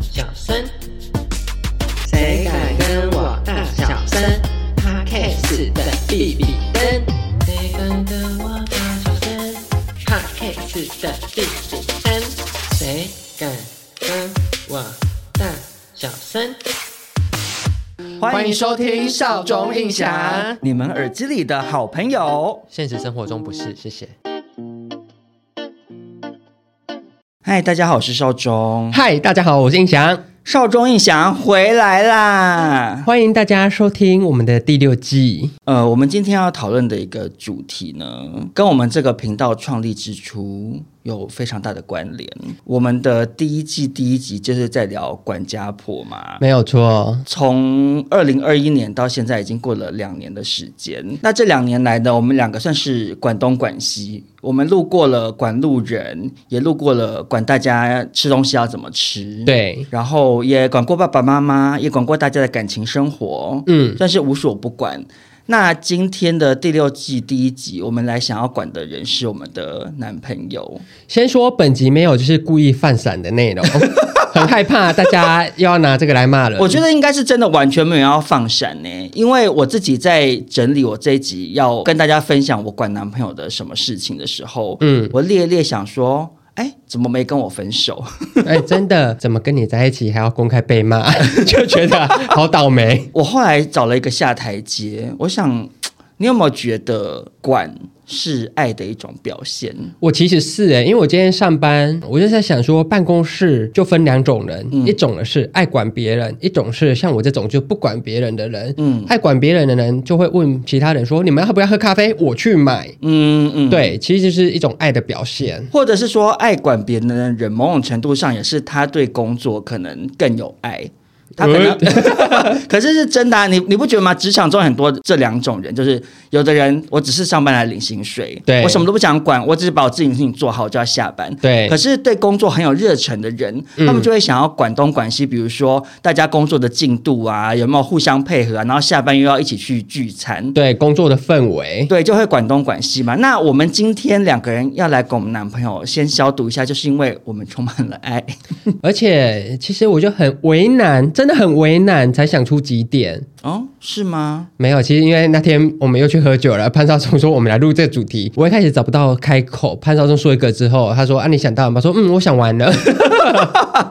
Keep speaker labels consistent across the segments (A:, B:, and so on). A: 小声？谁敢跟我大小声 p o d c 的比比登，谁敢跟我大小声 p o d c 的比比登，谁敢跟我大小声？
B: 欢迎
A: 收听
B: 少
A: 中印象
B: 你们耳机里的好朋友。
A: 现实生活中不是，谢谢。
B: 嗨，大家好，我是少中，
A: 嗨，大家好，我是印翔，
B: 少中印象回来 啦。
A: 欢迎大家收听我们的第六季。
B: 呃，我们今天要讨论的一个主题呢，跟我们这个频道创立之初有非常大的关联。我们的第一季第一集就是在聊管家婆嘛，
A: 没有错，
B: 从二零二一年到现在，已经过了两年的时间。那这两年来呢，我们两个算是管东管西，我们路过了管路人，也路过了管大家吃东西要怎么吃，，
A: 对，
B: 然后也管过爸爸妈妈，也管过大家的感情生活，
A: 嗯，
B: 算是无所不管。那今天的第六季第一集，我们来想要管的人是我们的男朋友。
A: 先说本集没有就是故意犯闪的 内容，很害怕大家又要拿这个来骂人。
B: 我觉得应该是真的完全没有要放闪呢、因为我自己在整理我这一集要跟大家分享我管男朋友的什么事情的时候，
A: 嗯，
B: 我列列想说，哎，怎么没跟我分手？
A: 哎、真的，怎么跟你在一起还要公开被骂， 就觉得好倒霉。
B: 我后来找了一个下台阶，我想，你有没有觉得管是爱的一种表现？
A: 我其实是哎、因为我今天上班，我就在想说，办公室就分两种人，
B: 嗯
A: 一种呢是爱管别人，一种是像我这种就不管别人的人。
B: 嗯
A: 爱管别人的人就会问其他人说：“你们要不要喝咖啡？我去买。
B: 嗯嗯，。
A: 对，其实就是一种爱的表现。
B: 或者是说，爱管别人的人，某种程度上也是他对工作可能更有爱。他可能，
A: 呃
B: 可是是真的、啊，你你不觉得吗？职场中很多这两种人，就是有的人我只是上班来领薪水，
A: 对
B: 我什么都不想管，我只是把我自己的事情做好就要下班。
A: 对嗯
B: 可是对工作很有热忱的人，他们就会想要管东管西，比如说大家工作的进度啊，有没有互相配合啊，然后下班又要一起去聚餐，
A: 对工作的氛围，
B: 对，就会管东管西嘛。那我们今天两个人要来跟我们男朋友先消毒一下，就是因为我们充满了爱。
A: 而且其实我就很为难，真的很为难，才想出几点。
B: 哦，是吗？
A: 没有，其实因为那天我们又去喝酒了，潘少忠说我们来录这个主题，我一开始找不到开口，潘少忠说一个之后，他说啊你想到了吗？说嗯我想完了，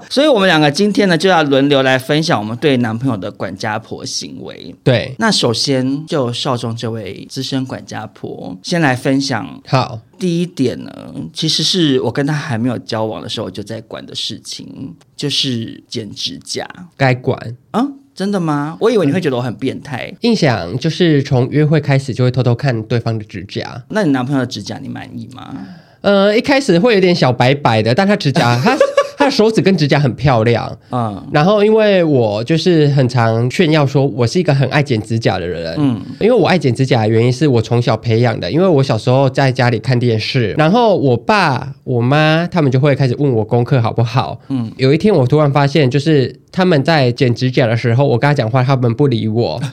B: 所以我们两个今天呢，就要轮流来分享我们对男朋友的管家婆行为。
A: 对，
B: 那首先就少中这位资深管家婆，先来分享
A: 好，
B: 第一点呢，其实是我跟他还没有交往的时候就在管的事情，就是剪指甲。
A: 该管。
B: 啊，真的吗？我以为你会觉得我很变态。
A: 印象就是从约会开始就会偷偷看对方的指甲，
B: 那你男朋友的指甲你满意吗？
A: 呃，一开始会有点小白白的，但他指甲他 他的手指跟指甲很漂亮，
B: 嗯
A: 然后因为我就是很常炫耀说我是一个很爱剪指甲的人，
B: 嗯，
A: 因为我爱剪指甲的原因是我从小培养的，因为我小时候在家里看电视，然后我爸、我妈他们就会开始问我功课好不好。嗯，有一天我突然发现，就是他们在剪指甲的时候，我跟他讲话，他们不理我。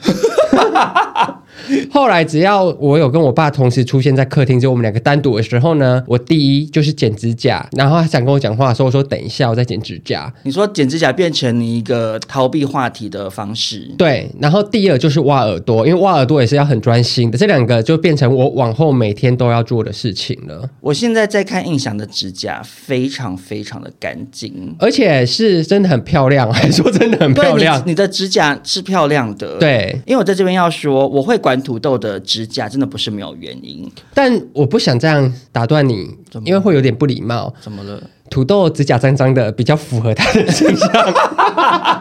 A: 后来只要我有跟我爸同时出现在客厅，就我们两个单独的时候呢，我第一就是剪指甲，然后他想跟我讲话的时候，我说等一下我再剪指甲。
B: 你说剪指甲变成你一个逃避话题的方式，
A: 对，然后第二就是挖耳朵，因为挖耳朵也是要很专心的，这两个就变成我往后每天都要做的事情了，
B: 我现在在看印象的指甲，非常非常的干净。
A: 而且是真的很漂亮，还说真的很漂
B: 对
A: 亮，
B: 你，你的指甲是漂亮的。，
A: 对，
B: 因为我在这边要说，我会管土豆的指甲，真的不是没有原因。
A: 但我不想这样打断你，因为会有点不礼貌。
B: 怎么了？
A: 土豆指甲脏脏的，比较符合他的形象。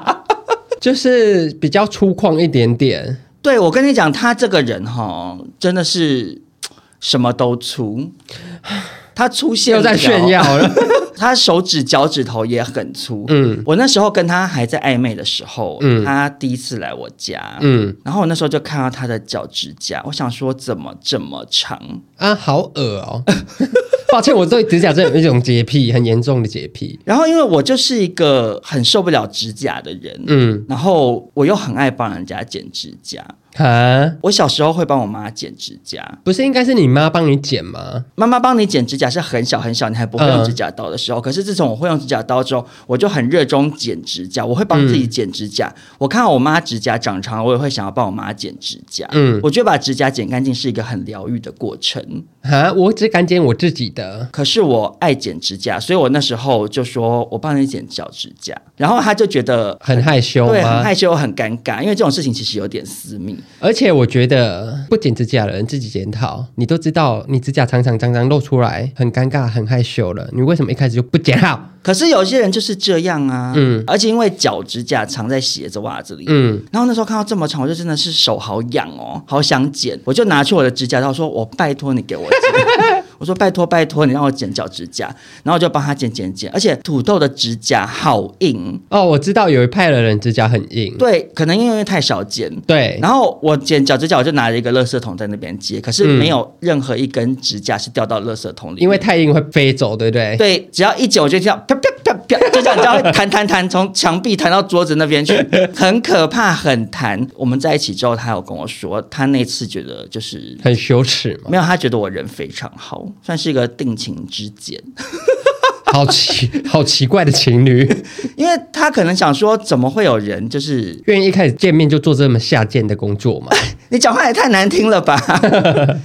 A: 就是比较粗犷一点点，
B: 对我跟你讲，他这个人哈，真的是什么都粗，他粗线
A: 又在
B: 条
A: 炫。耀了。
B: 他手指脚趾头也很粗。
A: 嗯
B: 我那时候跟他还在暧昧的时候，
A: 嗯
B: 他第一次来我家，
A: 嗯
B: 然后我那时候就看到他的脚指甲，我想说怎么这么长？
A: 啊，好恶哦、 抱歉，我对指甲真的有一种洁癖，很严重的洁癖。
B: 然后因为我就是一个很受不了指甲的人，
A: 嗯
B: 然后我又很爱帮人家剪指甲。
A: 啊，
B: 我小时候会帮我妈剪指甲，
A: 不是应该是你妈帮你剪吗？
B: 妈妈帮你剪指甲是很小很小，你还不会用指甲刀的时候。可是自从我会用指甲刀之后，我就很热衷剪指甲，我会帮自己剪指甲。我看到我妈指甲长长，我也会想要帮我妈剪指甲。
A: 嗯
B: 我觉得把指甲剪干净是一个很疗愈的过程。
A: 啊，我只敢剪我自己的。
B: 可是我爱剪指甲，所以我那时候就说我帮你剪脚指甲，然后她就觉得。
A: 很害羞
B: 对，很
A: 吗？
B: 害羞，很尴尬，因为这种事情其实有点私密。
A: 而且我觉得不剪指甲的人自己检讨，你都知道你指甲常常脏脏露出来，很尴尬、很害羞了，你为什么一开始就不剪 好？
B: 可是有些人就是这样啊，
A: 嗯
B: 而且因为脚指甲藏在鞋子、袜子里，
A: 嗯，
B: 然后那时候看到这么长，我就真的是手好痒哦，好想剪，我就拿去我的指甲刀说：“我拜托你给我剪。”我说：“拜托拜托，你让我剪脚指甲。”然后我就帮他剪剪剪，而且土豆的指甲好硬，
A: 哦，我知道有一派的人指甲很硬，
B: 对，可能因为太少剪。
A: 对，
B: 然后我剪脚指甲，我就拿了一个垃圾桶在那边接，可是
A: 嗯
B: 没有任何一根指甲是掉到垃圾桶里面，
A: 因为太硬会飞走，对不对？
B: 对，只要一剪我就这样啪啪啪啪，就这样，你知道会弹弹弹，从墙壁弹到桌子那边去，很可怕，很弹。我们在一起之后，他有跟我说，他那次觉得就是
A: 很羞耻嘛，
B: 没有，他觉得我人非常好，算是一个定情之见。
A: 好奇， 好奇怪的情侣，
B: 因为他可能想说，怎么会有人就是
A: 愿意一开始见面就做这么下贱的工作嘛？
B: 你讲话也太难听了吧？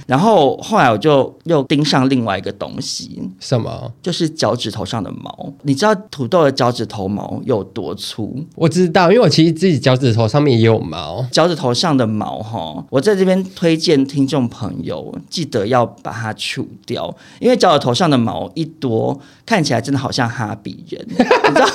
B: 然后后来我就又盯上另外一个东西。
A: 什么？
B: 就是脚趾头上的毛，你知道土豆的脚趾头毛有多粗？
A: 我知道，因为我其实自己脚趾头上面也有毛，
B: 脚趾头上的毛哈，我在这边推荐听众朋友记得要把它除掉，因为脚趾头上的毛一多，看起来真的好像哈比人， 你知道，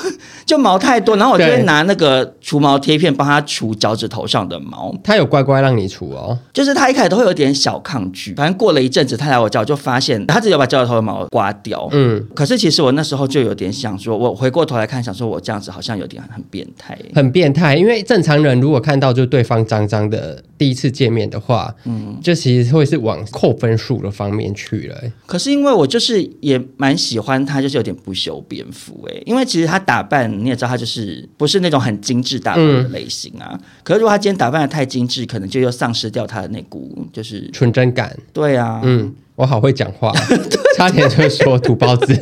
B: 就毛太多，然后我就会
A: 对
B: 拿那个除毛贴片帮他除脚趾头上的毛，
A: 它有乖乖让你除哦。
B: 就是他一开始都会有点小抗拒，反正过了一阵子，他来我家我就发现他自己有把脚趾头的毛刮掉，
A: 嗯，
B: 可是其实我那时候就有点想说，我回过头来看，想说我这样子好像有点很变态，
A: 很变态，因为正常人如果看到就对方脏脏的，第一次见面的话，嗯，就其实会是往扣分数的方面去了、欸
B: 可是因为我就是也蛮喜欢她，就是有点不修边幅哎、因为其实她打扮你也知道，她就是不是那种很精致打扮的类型啊。可是如果她今天打扮的太精致，可能就又丧失掉她的那股就是
A: 纯真感。
B: 对啊，
A: 嗯，我好会讲 话，差点就说土包子。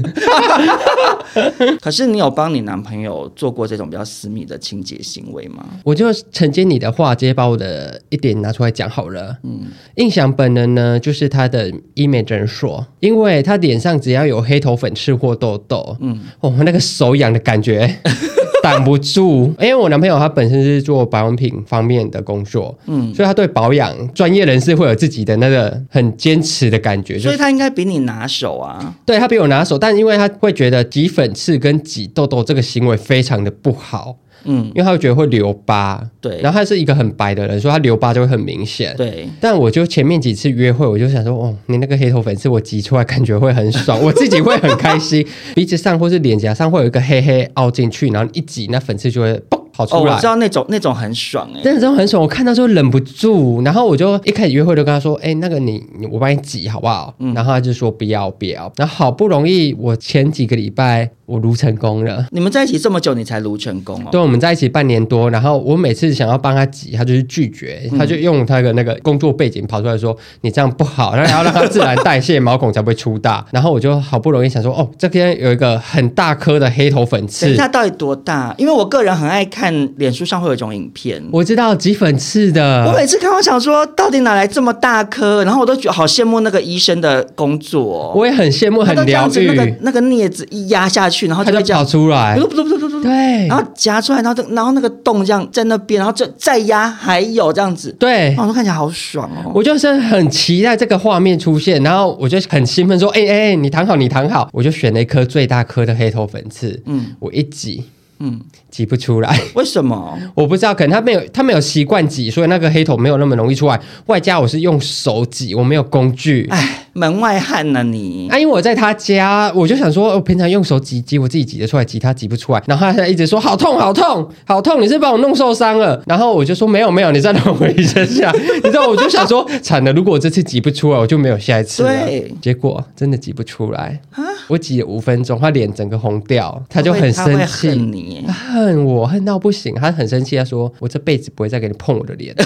B: 可是你有帮你男朋友做过这种比较私密的清洁行为吗？
A: 我就承接你的话，直接把我的一点拿出来讲好了。嗯，印象本人呢，就是他的医美诊所，因为他脸上只要有黑头粉刺或痘痘，嗯，哦，那个手痒的感觉 挡不住。因为我男朋友他本身是做保养品方面的工作，嗯，所以他对保养专业人士会有自己的那个很坚持的感觉，就
B: 所以
A: 是
B: 他应该比你拿手啊。
A: 对他比我拿手，但因为他会觉得挤粉刺跟挤痘痘这个行为非常的不好。
B: 嗯，
A: 因为他会觉得会留疤，
B: 对
A: 然后他是一个很白的人，所以他留疤就会很明显。，
B: 对。
A: 但我就前面几次约会，我就想说，哦，你那个黑头粉刺我挤出来，感觉会很 爽，我自己会很开心，鼻子上或是脸颊上会有一个黑黑凹进去，然后一挤，那粉刺就会嘣跑
B: 哦，
A: 出来。
B: 我知道那种那种很爽哎、
A: 真的真的很爽，我看到就忍不住，然后我就一开始约会就跟他说，哎、那个你你我帮你挤好不好？
B: 嗯
A: 然后他就说不要不要，然后好不容易我前几个礼拜我撸成功了，
B: 你们在一起这么久，你才撸成功哦。
A: 对，我们在一起半年多，然后我每次想要帮他挤，他就是拒绝，他就用他的那个工作背景跑出来说：“你这样不好，然后要让他自然代谢，毛孔才不会粗大。”然后我就好不容易想说：“哦，这边有一个很大颗的黑头粉
B: 等一
A: 刺，
B: 下到底多大？因为我个人很爱看脸书上会有一种影片，
A: 我知道挤粉刺
B: 我
A: 的。
B: 每次看，我想说，到底哪来这么大颗？然后我都觉得好羡慕那个医生的工”作、哦，
A: 我也很羡慕，
B: 他
A: 很
B: 都这
A: 疗
B: 样子，那
A: 愈
B: 个，那个镊子一压下去，然后
A: 他
B: 就
A: 就
B: 会这样
A: 跑，出来
B: 不。不不不不不，
A: 对
B: 嗯然后夹出来，然后就然后那个洞这样在那边，然后再再压，还有这样子，
A: 对
B: 然，后我看起来好爽哦。
A: 我就是很期待这个画面出现，然后我就很兴奋说：“哎、哎、哎你躺好，你躺好。”我就选了一颗最大颗的黑头粉刺，嗯，我一挤，嗯，挤不出来。
B: 为什么？
A: 我不知道，可能他没有他没有习惯挤，所以那个黑头没有那么容易出来。外加我是用手挤，我没有工具。
B: 哎，门外汉呢你。
A: 啊，因为我在他家，我就想说，我平常用手挤挤，我自己挤得出来，挤他挤不出来。然后他现在一直说好痛，好痛，好痛，你是把我弄受伤了。然后我就说没有没有，你再让我一下下。 你知道，我就想说惨了，如果我这次挤不出来，我就没有下一次了。
B: 对，啊
A: 结果真的挤不出来，我挤了五分钟，他脸整个红掉，他就
B: 会
A: 很
B: 他会
A: 生
B: 恨
A: 气。
B: 你耶
A: 他。恨我，恨到不行，他很生气。他说：“我这辈子不会再给你碰我的脸。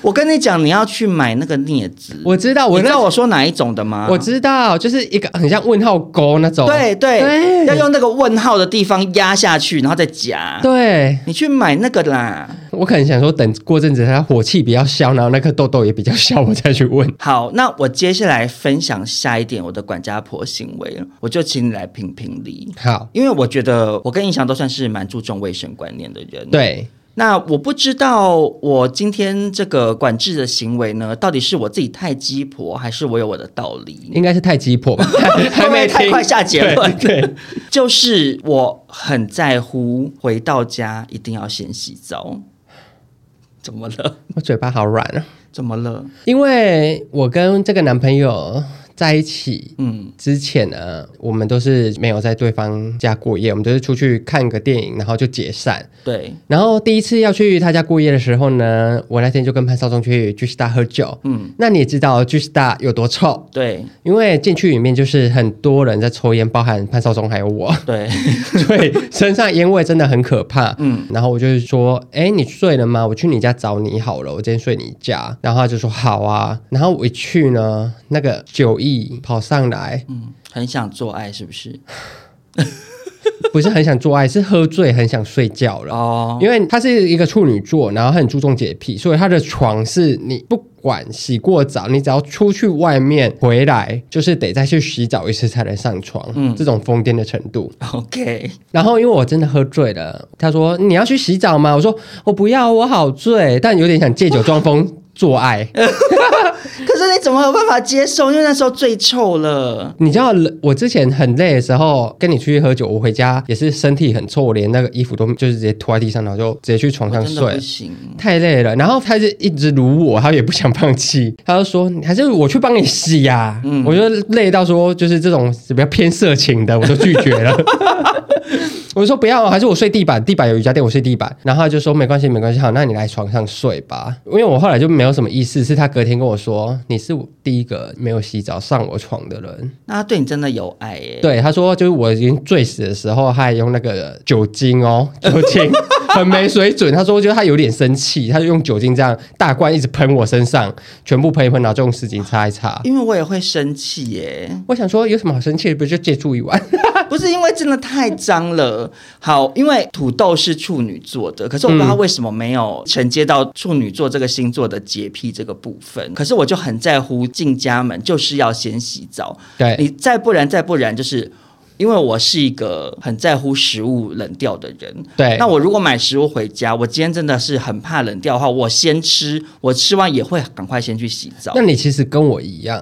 B: 我跟你讲，你要去买那个镊子”。
A: 我知道，我
B: 你知
A: 那
B: 道我说哪一种的吗？
A: 我知道，就是一个很像问号勾那种。
B: 对对
A: 对
B: 要用那个问号的地方压下去，然后再夹。
A: 对，
B: 你去买那个啦。
A: 我可能想说，等过阵子他火气比较消，然后那颗痘痘也比较消，我再去问。
B: 好，那我接下来分享下一点我的管家婆行为了，我就请你来评评理，
A: 好，
B: 因为我觉得我跟印翔都算是蛮注重卫生观念的人。，
A: 对，
B: 那我不知道我今天这个管制的行为呢，到底是我自己太鸡婆，还是我有我的道理？
A: 应该是太急迫吧，还 还没
B: 太
A: 听
B: 快下结论
A: 对， 对
B: 就是我很在乎回到家一定要先洗澡。怎么了？
A: 我嘴巴好软啊，
B: 怎么了？
A: 因为我跟这个男朋友在一起。
B: 嗯，
A: 之前呢，我们都是没有在对方家过夜，我们都是出去看个电影，然后就解散。
B: 对，
A: 然后第一次要去他家过夜的时候呢，我那天就跟潘少忠去巨石大喝酒。
B: 嗯，
A: 那你也知道巨石大有多臭，
B: 对，
A: 因为进去里面就是很多人在抽烟，包含潘少忠还有 我，
B: 对，
A: 所以身上烟味真的很可怕。嗯，然后我就是说，哎，你睡了吗？我去你家找你好了，我今天睡你家。然后他就说好啊。然后我一去呢，那个酒意跑上来，
B: 嗯，很想做爱是不是？
A: 不是很想做爱，是喝醉很想睡觉了。
B: 哦，
A: 因为她是一个处女座，然后她很注重洁癖，所以她的床是你不管洗过澡，你只要出去外面回来，就是得再去洗澡一次才能上床，嗯，这种疯癫的程度。
B: OK，
A: 然后因为我真的喝醉了，她说你要去洗澡吗？我说我不要，我好醉，但有点想借酒装疯做 爱。
B: 可是你怎么有办法接受？因为那时候最臭了。
A: 你知道我之前很累的时候，跟你出去喝酒，我回家也是身体很臭，我连那个衣服都就是直接拖在地上，然后就直接去床
B: 我
A: 上
B: 真的
A: 睡
B: 不。行，
A: 太累了，然后他就一直撸我，他也不想放弃，他就说还是我去帮你洗呀、我就累到说就是这种比较偏色情的，我都拒绝了。我就说不要，还是我睡地板，地板有瑜伽垫，我睡地板。然后他就说没关系，没关系，好，那你来床上睡吧。因为我后来就没有什么意思，是他隔天跟我说你是我第一个没有洗澡上我床的人。
B: 那他对你真的有爱耶、
A: 对，他说就是我已经醉死的时候，他还用那个酒精哦， 酒精很没水准。他说，我觉得他有点生气，他就用酒精这样大罐一直喷我身上，全部喷一喷，然后就用湿巾擦一擦。
B: 因为我也会生气耶、
A: 我想说，有什么好生气的？不就借住一晚？
B: 不是因为真的太脏了。好，因为土豆是处女座的，可是我不知道他为什么没有承接到处女座这个星座的洁癖这个部分。可是我就很在乎进家门就是要先洗澡，
A: 对，
B: 你再不然再不然就是。因为我是一个很在乎食物冷掉的人，
A: 对
B: 那我如果买食物回家，我今天真的是很怕冷掉的话，我先吃，我吃完也会赶快先去洗澡
A: 那。你其实跟我一样，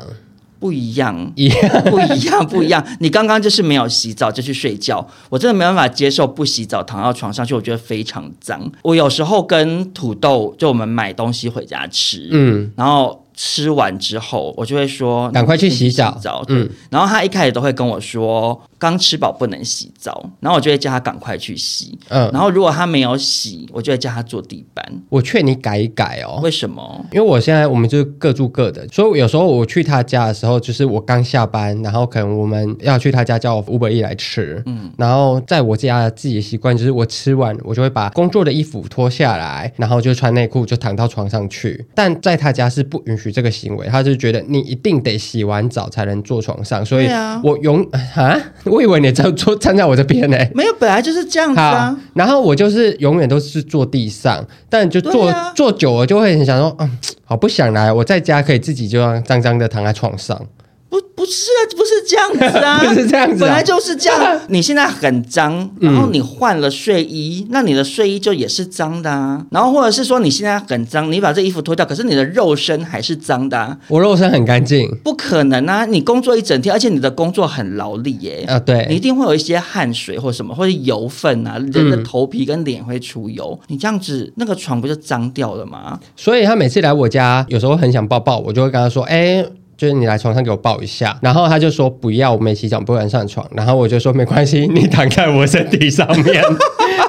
B: 不一 样，
A: 一样。
B: 不一样，不一样。你刚刚就是没有洗澡就去睡觉，我真的没办法接受不洗澡躺到床上去，我觉得非常脏。我有时候跟土豆就我们买东西回家吃，
A: 嗯，
B: 然后吃完之后，我就会说
A: 赶快去洗澡嗯
B: 嗯，然后他一开始都会跟我说，刚吃饱不能洗澡，然后我就会叫他赶快去洗。
A: 嗯
B: 然后如果他没有洗，我就会叫他坐地板。
A: 我劝你改一改哦。
B: 为什么？
A: 因为我现在我们就是各住各的，所以有时候我去他家的时候，就是我刚下班，然后可能我们要去他家叫我 Uber E 来吃，嗯，然后在我家自己的习惯就是我吃完我就会把工作的衣服脱下来，然后就穿内裤就躺到床上去，但在他家是不允许这个行为，他就觉得你一定得洗完澡才能坐床上，所以
B: 对啊
A: 我永 啊，我以为你站坐站在我这边呢、
B: 没有，本来就是这样子
A: 好
B: 啊。，
A: 然后我就是永远都是坐地上，但就坐、
B: 对啊
A: 坐久了就会很想说，嗯，好不想来，我在家可以自己就这样脏脏的躺在床上。
B: 不，不是啊，不是这样子啊，
A: 不是这样子啊嗯
B: 本来就是这样。 你现在很脏，然后你换了睡衣，那你的睡衣就也是脏的啊。然后或者是说你现在很脏，你把这衣服脱掉，可是你的肉身还是脏的啊。
A: 我肉身很干净
B: 不可能啊！你工作一整天，而且你的工作很劳力耶、
A: 啊，
B: 你一
A: 对，
B: 定会有一些汗水或什么，或者油分啊，人
A: 嗯
B: 的头皮跟脸会出油，你这样子那个床不就脏掉了吗？
A: 所以他每次来我家，有时候很想抱抱，我就会跟他说，哎、就是你来床上给我抱一下。然后他就说不要，我没洗澡，不敢上床。然后我就说没关系，你躺在我身体上 面，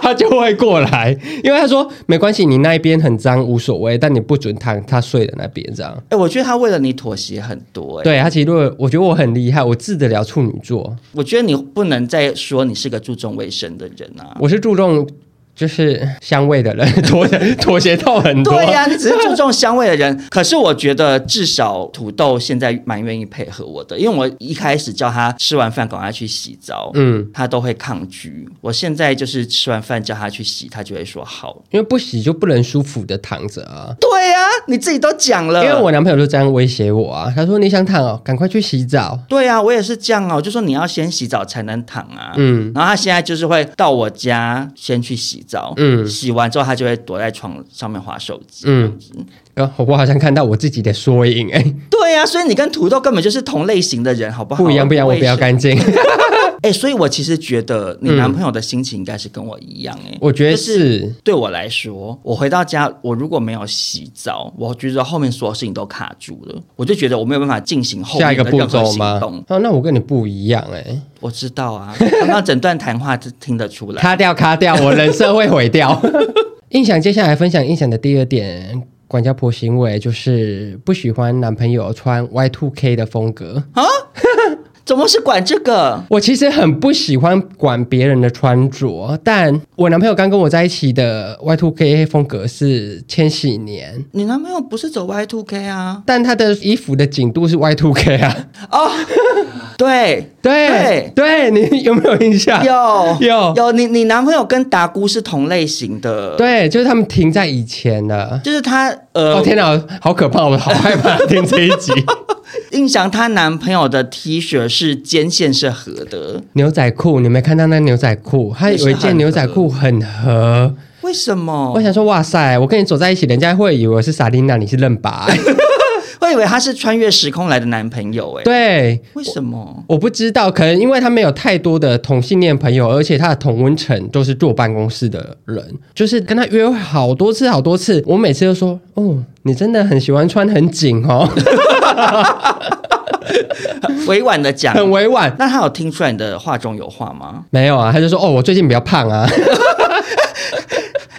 A: 他就会过来。因为他说没关系，你那一边很脏无所谓，但你不准躺他睡的那边这样。
B: 哎、我觉得他为了你妥协很多、哎，
A: 对他其实我我觉得我很厉害，我治得了处女座，
B: 我觉得你不能再说你是个注重卫生的人啊。
A: 我是注重就是香味的人， 妥协妥协到很多。啊
B: 对呀、你只是注重香味的人。 可是我觉得至少土豆现在蛮愿意配合我的，因为我一开始叫他吃完饭赶快去洗澡，
A: 嗯，
B: 他都会抗拒。我现在就是吃完饭叫他去洗，他就会说好。
A: 因为不洗就不能舒服的躺着啊。
B: 对呀、你自己都讲了，
A: 因为我男朋友就这样威胁我啊，他说你想躺哦，赶快去洗澡。
B: 对啊，我也是这样啊，我就说你要先洗澡才能躺啊。
A: 嗯
B: 然后他现在就是会到我家先去洗澡，
A: 嗯
B: 洗完之后他就会躲在床上面划手机。
A: 嗯，然后我好像看到我自己的缩影，哎、
B: 对啊呀、所以你跟土豆根本就是同类型的人，好不好？
A: 不一样，不一样，我比较
B: 干。
A: 干净。
B: 哎、所以我其实觉得你男朋友的心情应该是跟我一样、哎，
A: 嗯我觉得
B: 就是
A: 是，
B: 对我来说，我回到家，我如果没有洗澡，我觉得后面所有事情都卡住了，我就觉得我没有办法进行后
A: 下
B: 面
A: 一个
B: 的
A: 步
B: 任何
A: 骤
B: 行
A: 吗
B: 动。？
A: 哦，那我跟你不一样哎、
B: 我知道啊，刚刚整段谈话听得出来。
A: 卡掉卡掉，我人设会 毁掉。印象接下来分享印象的第二点，管家婆行为就是不喜欢男朋友穿 Y two K 的风格。
B: 怎么是管这个？
A: 我其实很不喜欢管别人的穿着，但我男朋友刚跟我在一起的 Y two K 风格是千禧年。
B: 你男朋友不是走 Y two K 啊？
A: 但他的衣服的紧度是 Y two K 啊，
B: 哦，对
A: 对对，你有没有印象？
B: 有
A: 啊有
B: 有，你你男朋友跟达姑是同类型的，，
A: 对，就是他们停在以前的。
B: 就是她呃，
A: 哦天哪，好可怕！我好害怕听这一集。
B: 印象她男朋友的 T 恤是肩线是合的，
A: 牛仔裤，你没看到那牛仔裤？他有一件牛仔裤很合，
B: 为什么
A: 我？想说，哇塞，我跟你走在一起，人家会以为我是萨琳娜，你是任拔。
B: 我以为他是穿越时空来的男朋友、哎，，
A: 对，
B: 为什么？
A: 我不知道，可能因为他没有太多的同性恋朋友，而且他的同温层都是坐办公室的人，就是跟他约会好多次好多次，我每次都说，哦，你真的很喜欢穿很紧哦，
B: 委婉的讲，
A: 很委婉。
B: 那他有听出来你的话中有话吗？
A: 没有啊，他就说，哦，我最近比较胖啊，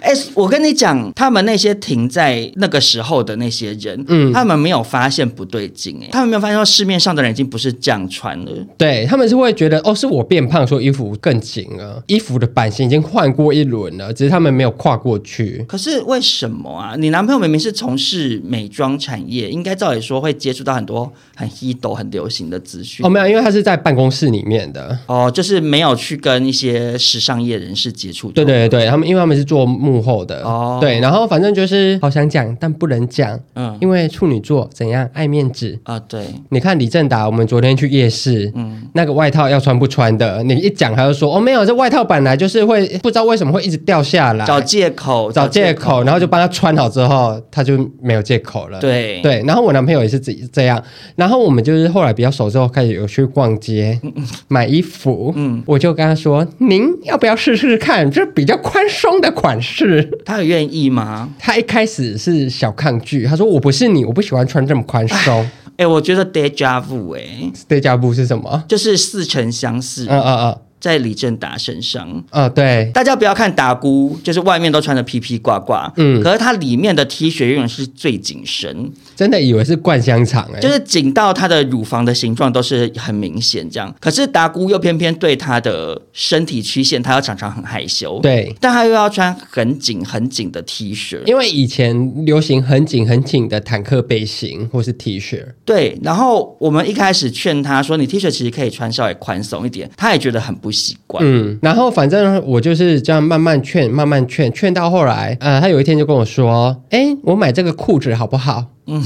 B: 哎、我跟你讲，他们那些停在那个时候的那些人，
A: 嗯
B: 他们没有发现不对劲、哎，他们没有发现说市面上的人已经不是这样穿了。
A: 对他们是会觉得，哦，是我变胖，所以衣服更紧了，衣服的版型已经换过一轮了，只是他们没有跨过去。
B: 可是为什么啊？你男朋友明明是从事美妆产业，应该照理说会接触到很多很 hit 很流行的资讯。
A: 哦，没有，因为他是在办公室里面的。
B: 哦，就是没有去跟一些时尚业人士接触。
A: 对对对，他们因为他们是做幕后的，
B: 哦
A: 对，然后反正就是好想讲，但不能讲，
B: 嗯
A: 因为处女座怎样爱面子。
B: 啊、对，
A: 你看李正达，我们昨天去夜市，
B: 嗯，
A: 那个外套要穿不穿的，你一讲他就说哦没有，这外套本来就是会不知道为什么会一直掉下来，
B: 找借口，
A: 哎找借口，然后就帮他穿好之后，他就没有借口了。
B: 对，
A: 对，然后我男朋友也是这这样，然后我们就是后来比较熟之后，开始有去逛街
B: 嗯
A: 买衣服，嗯，我就跟他说：“您要不要试试看？这比较宽松的款式。
B: 他有愿意吗”？
A: 他一开始是小抗拒，他说：“我不是你，我不喜欢穿这么宽 松。
B: 哎、我觉得 deja vu 哎、
A: ”Deja vu 是什么？
B: 就是似曾相识，
A: 嗯嗯嗯
B: 在李正达身上。
A: 嗯，对，
B: 大家不要看达姑，就是外面都穿的披披挂挂，
A: 嗯
B: 可是她里面的 T 恤永远是最紧身，
A: 真的以为是灌香肠哎、
B: 就是紧到她的乳房的形状都是很明显这样。可是达姑又偏偏对她的身体曲线，她又常常很害羞，，
A: 对。
B: 但她又要穿很紧很紧的 T 恤，
A: 因为以前流行很紧很紧的坦克背心或是 T 恤，
B: 对。然后我们一开始劝她说，你 T 恤其实可以穿稍微宽松一点，她也觉得很不习惯，
A: 嗯，然后反正我就是这样慢慢劝，慢慢劝，劝到后来，呃，他有一天就跟我说：“哎，我买这个裤子好不好？”嗯，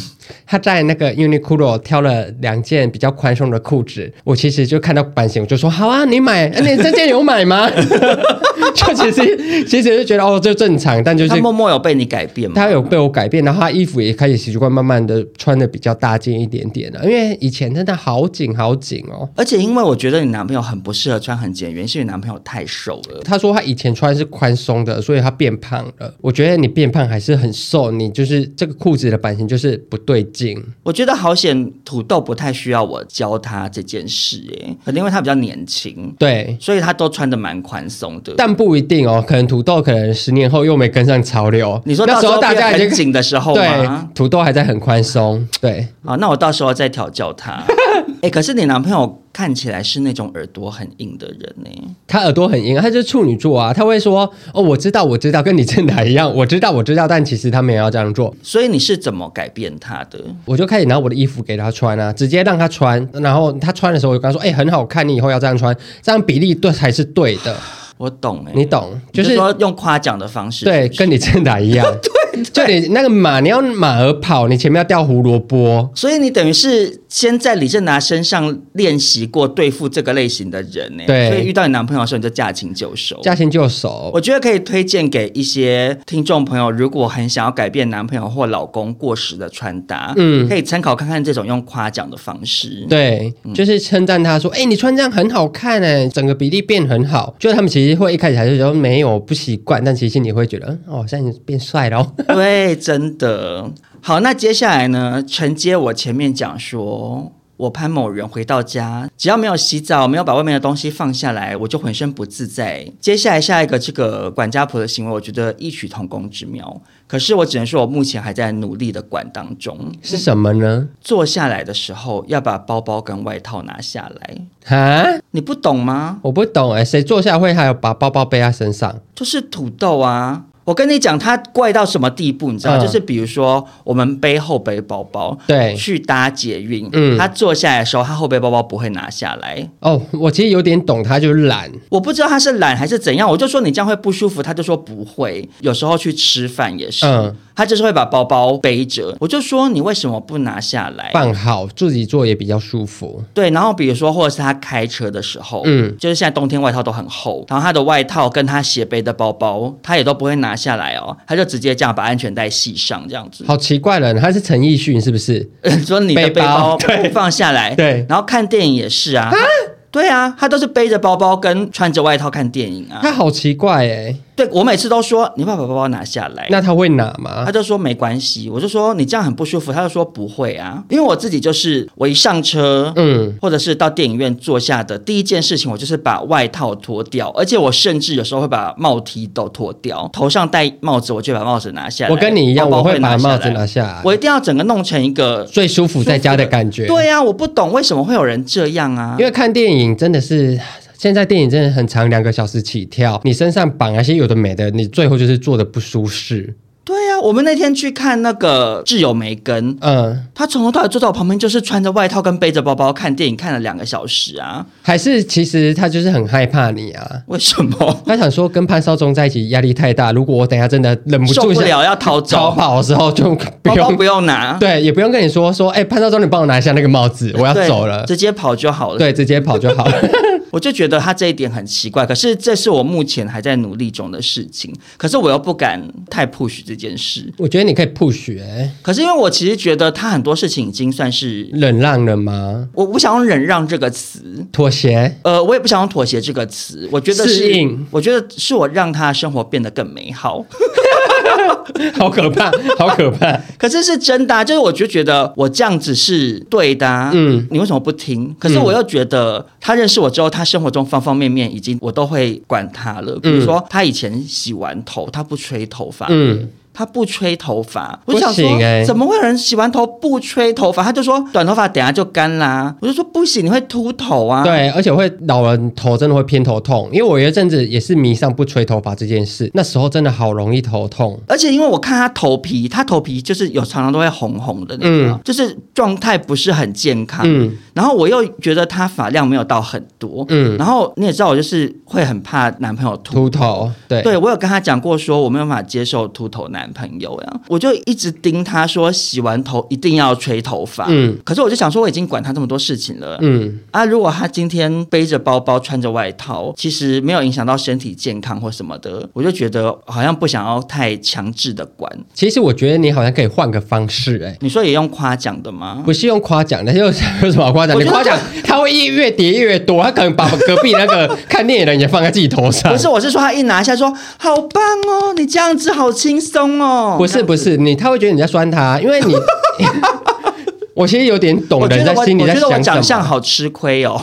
A: 他在那个 Uniqlo 挑了两件比较宽松的裤子，我其实就看到版型，我就说：“好啊，你买，呃你这件有买吗？” 就其实其实就觉得哦，就正常，但就是
B: 她默默有被你改变吗？
A: 他有被我改变，然后他衣服也开始习惯慢慢的穿的比较大件一点点了，因为以前真的好紧好紧哦。
B: 而且因为我觉得你男朋友很不适合穿很很简，原因是因为男朋友太瘦了。
A: 她说她以前穿是宽松的，所以她变胖了。我觉得你变胖还是很瘦，你就是这个裤子的版型就是不对劲。
B: 我觉得好险，土豆不太需要我教他这件事、欸，哎，可能因为他比较年轻，
A: 对，
B: 所以他都穿的蛮宽松的。
A: 但不一定哦，可能土豆可能十年后又没跟上潮流。
B: 你说
A: 那
B: 到时候
A: 大家已
B: 变很
A: 经
B: 紧的时候
A: 对
B: 吗？
A: 土豆还在很宽松，对，
B: 好，那我到时候再调教 他。哎、可是你男朋友看起来是那种耳朵很硬的人呢、
A: 他耳朵很硬，他就是处女座啊，他会说哦，我知道，我知道，跟你正台一样，我知道，我知道，但其实他没有要这样做。
B: 所以你是怎么改变他的？
A: 我就开始拿我的衣服给他穿啊，直接让他穿，然后他穿的时候，我就跟他说：“哎、很好看，你以后要这样穿，这样比例对才是对的，
B: 我懂哎、
A: 你懂？就
B: 你
A: 是
B: 说用夸奖的方式，
A: 对，
B: 是不是
A: 跟你正打 一样。对，就你那个马，你要马儿跑，你前面要掉胡萝卜。
B: 所以你等于是先在李正达身上练习过对付这个类型的人呢、
A: 对
B: 所以遇到你男朋友的时候你就驾轻就熟。
A: 驾轻就熟，
B: 我觉得可以推荐给一些听众朋友，如果很想要改变男朋友或老公过时的穿搭，
A: 嗯
B: 可以参考看看这种用夸奖的方式。
A: 对，
B: 嗯
A: 就是称赞他说：“哎、你穿这样很好看哎、整个比例变很好。”就他们其实会一开始还是说没有不习惯，但其实心里会觉得，嗯哦，现在变帅了哦。
B: 对，真的。好，那接下来呢？承接我前面讲说，我潘某人回到家，只要没有洗澡，没有把外面的东西放下来，我就浑身不自在。接下来下一个这个管家婆的行为，我觉得异曲同工之妙。可是我只能说，我目前还在努力的管当中。
A: 是什么呢？
B: 坐下来的时候，要把包包跟外套拿下来，
A: 啊，
B: 你不懂吗？
A: 我不懂哎、谁坐下会还有把包包背在身上？
B: 就是土豆啊。我跟你讲，他怪到什么地步，你知道？
A: 嗯
B: 就是比如说，我们背后背包包，
A: 对，
B: 去搭捷运，
A: 嗯
B: 他坐下来的时候，他后背包包不会拿下来。
A: 哦，我其实有点懂，他就是懒。
B: 我不知道他是懒还是怎样，我就说你这样会不舒服，他就说不会。有时候去吃饭也是，
A: 嗯
B: 他就是会把包包背着，我就说你为什么不拿下来？
A: 放好，自己做也比较舒服。
B: 对，然后比如说，或者是他开车的时候，
A: 嗯
B: 就是现在冬天外套都很厚，然后他的外套跟他斜背的包包，他也都不会拿下来哦，他就直接这样把安全带系上，这样子。
A: 好奇怪了，他是陈奕迅是不是？
B: 说你的背
A: 背
B: 包
A: 包
B: 不放下来，
A: 对
B: 然后看电影也是啊，对啊，他都是背着包包跟穿着外套看电影啊。
A: 他好奇怪哎、
B: 对我每次都说你把包包拿下来，
A: 那他会拿吗
B: 他？就说没关系，我就说你这样很不舒服，他就说不会啊，因为我自己就是我一上车，
A: 嗯，
B: 或者是到电影院坐下的第一件事情，我就是把外套脱掉，而且我甚至有时候会把帽 T 都脱掉，头上戴帽子，我就把帽子拿下来。
A: 我跟你一样，
B: 哎包包
A: 我
B: 会
A: 会把帽子
B: 下来
A: 拿下来，
B: 我一定要整个弄成一个
A: 最舒服在家的感觉。
B: 对呀、啊我不懂为什么会有人这样啊
A: 因。为看电影真的是。现在电影真的很长，两个小时起跳，你身上绑那些有的没的，你最后就是坐的不舒适。
B: 对呀、我们那天去看那个挚友梅根，
A: 嗯，
B: 他从头到尾坐在我旁边，就是穿着外套跟背着包包看电影，看了两个小时啊。
A: 还是其实他就是很害怕你啊。
B: 为什么？
A: 他想说跟潘少忠在一起压力太大，如果我等一下真的忍不
B: 受
A: 住
B: 不
A: 想
B: 了要逃
A: 逃
B: 走，
A: 跑的时候就不
B: 包包
A: 用
B: 不用拿，
A: 对，也不用跟你说说，哎、潘少忠，你帮我拿一下那个帽子，我要
B: 对
A: 走了。
B: 直接跑就好了。
A: 对，直接跑就好了。
B: 我就觉得他这一点很奇怪，可是这是我目前还在努力中的事情，可是我又不敢太 push 这件事。
A: 我觉得你可以 push，、欸、
B: 可是因为我其实觉得他很多事情已经算是，
A: 忍让了吗？
B: 我不想用忍让这个词，
A: 妥协，
B: 呃，我也不想用妥协这个词，我觉得
A: 适
B: 是
A: 应，
B: 我觉得是我让他生活变得更美好。
A: 好可怕， 好可怕。
B: 可是是真的、啊，就是我就觉得我这样子是对的、啊，嗯
A: 嗯，
B: 你为什么不听？可是我又觉得他认识我之后，他生活中方方面面已经我都会管他了，比如说他以前洗完头他不吹头发，
A: 嗯，
B: 他不吹头发，我
A: 不
B: 就想说
A: 行欸
B: 怎么会有人洗完头不吹头发？他就说短头发等下就干啦，我就说不行，你会秃头啊。
A: 对，而且会老人头真的会偏头痛，因为我有一阵子也是迷上不吹头发这件事，那时候真的好容易头痛。
B: 而且因为我看他头皮，他头皮就是有常常都会红红的，你知道，就是状态不是很健康。
A: 嗯
B: 然后我又觉得他发量没有到很多，
A: 嗯，
B: 然后你也知道，我就是会很怕男朋友秃。
A: 秃头，对
B: 对，我有跟他讲过，说我没有办法接受秃头男男朋友呀，我就一直盯他说洗完头一定要吹头发。
A: 嗯
B: 可是我就想说，我已经管他这么多事情了。
A: 嗯，
B: 啊，如果他今天背着包包、穿着外套，其实没有影响到身体健康或什么的，我就觉得好像不想要太强制的管。
A: 其实我觉得你好像可以换个方式、哎。
B: 你说也用夸奖的吗？
A: 不是用夸奖的，又有什么好夸奖？
B: 我觉
A: 你
B: 得
A: 夸奖他会越叠越多，他可能把隔壁那 个看电影的人也放在自己头上。
B: 不是，我是说他一拿下说好棒哦，你这样子好轻松哦。
A: 不是不是，你他会觉得你在酸他，因为 你，我其实有点懂
B: 我觉
A: 人
B: 得
A: 在
B: 我
A: 心里
B: 我
A: 在
B: 觉得我长
A: 想什
B: 相
A: 么。
B: 好吃亏 哦，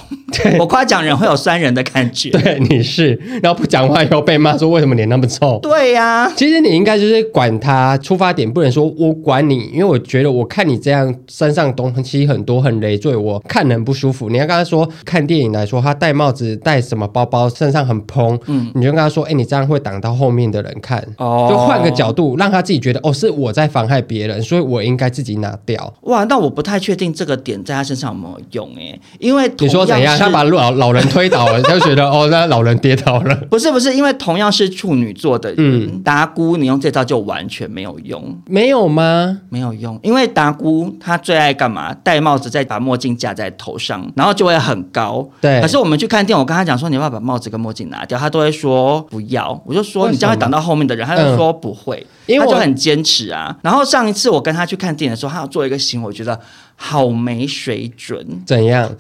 B: 我夸奖人会有酸人的感觉。
A: 对，你是，然后不讲话以后被骂说为什么脸那么臭。
B: 对呀、
A: 其实你应该就是管他出发点，不能说我管你，因为我觉得我看你这样身上东西很多，很累赘，我看得很不舒服。你要跟他说，看电影来说，他戴帽子、戴什么包包，身上很蓬，嗯，你就跟他说，哎、你这样会挡到后面的人看，
B: 哦
A: 就换个角度，让他自己觉得，哦，是我在妨害别人，所以我应该自己拿掉。
B: 哇，那我不太确定这个点在他身上有没有用诶、因为
A: 你说
B: 同
A: 怎样？
B: 是
A: 他把老老人推倒了，他就觉得哦，那老人跌倒了。
B: 不是不是，因为同样是处女座的人，
A: 嗯
B: 达姑你用这招就完全没有用，
A: 没有吗？
B: 没有用，因为达姑她最爱干嘛？戴帽子再把墨镜架在头上，然后就会很高。
A: 对
B: 可是我们去看店，我跟她讲说你要不要把帽子跟墨镜拿掉，她都会说不要。我就说
A: 为什么
B: 你这样会挡到后面的人，她就说不会，
A: 因为
B: 她
A: 我
B: 就很坚持啊。然后上一次我跟她去看电影的时候，她有做一个行为，我觉得好没水准。
A: 怎样？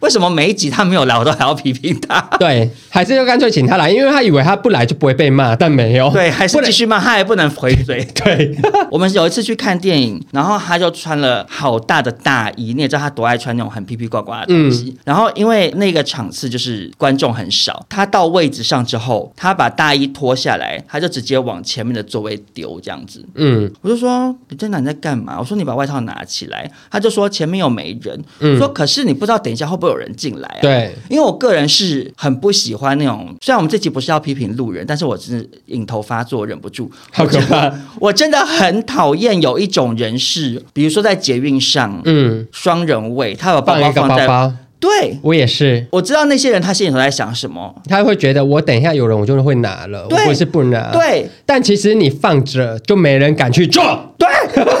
B: 为什么每一集她没有来，我都还要批评她？
A: 对，还是就干脆请他来，因为他以为他不来就不会被骂，但没 有。
B: 对，还是
A: 哦不能
B: 继续骂，她还不能回嘴。
A: 对，
B: 我们有一次去看电影，然后他就穿了好大的大衣，你也知道他多爱穿那种很披披挂挂的东
A: 嗯
B: 西。然后因为那个场次就是观众很少，他到位置上之后，他把大衣脱下来，他就直接往前面的座位丢这样子。
A: 嗯，
B: 我就说李正南你在干嘛？我说你把外套拿起来，他就说前面又没人。我说可是你不知道等一下会不会有人进来啊？
A: 嗯对，
B: 因为我个人是很不喜欢那种，虽然我们这集不是要批评路人，但是我只是引头发作，忍不住。
A: 好可怕。
B: 我真的很讨厌有一种人是，比如说在捷运上，
A: 嗯，
B: 双人位，他把包
A: 放
B: 包
A: 一个
B: 放
A: 包
B: 在，
A: 包，
B: 对，
A: 我也是。
B: 我知道那些人他心里头在想什么，
A: 他会觉得我等一下有人，我就会拿了，我
B: 对
A: 不是不拿。，
B: 对
A: 但其实你放着就没人敢去撞，
B: 对，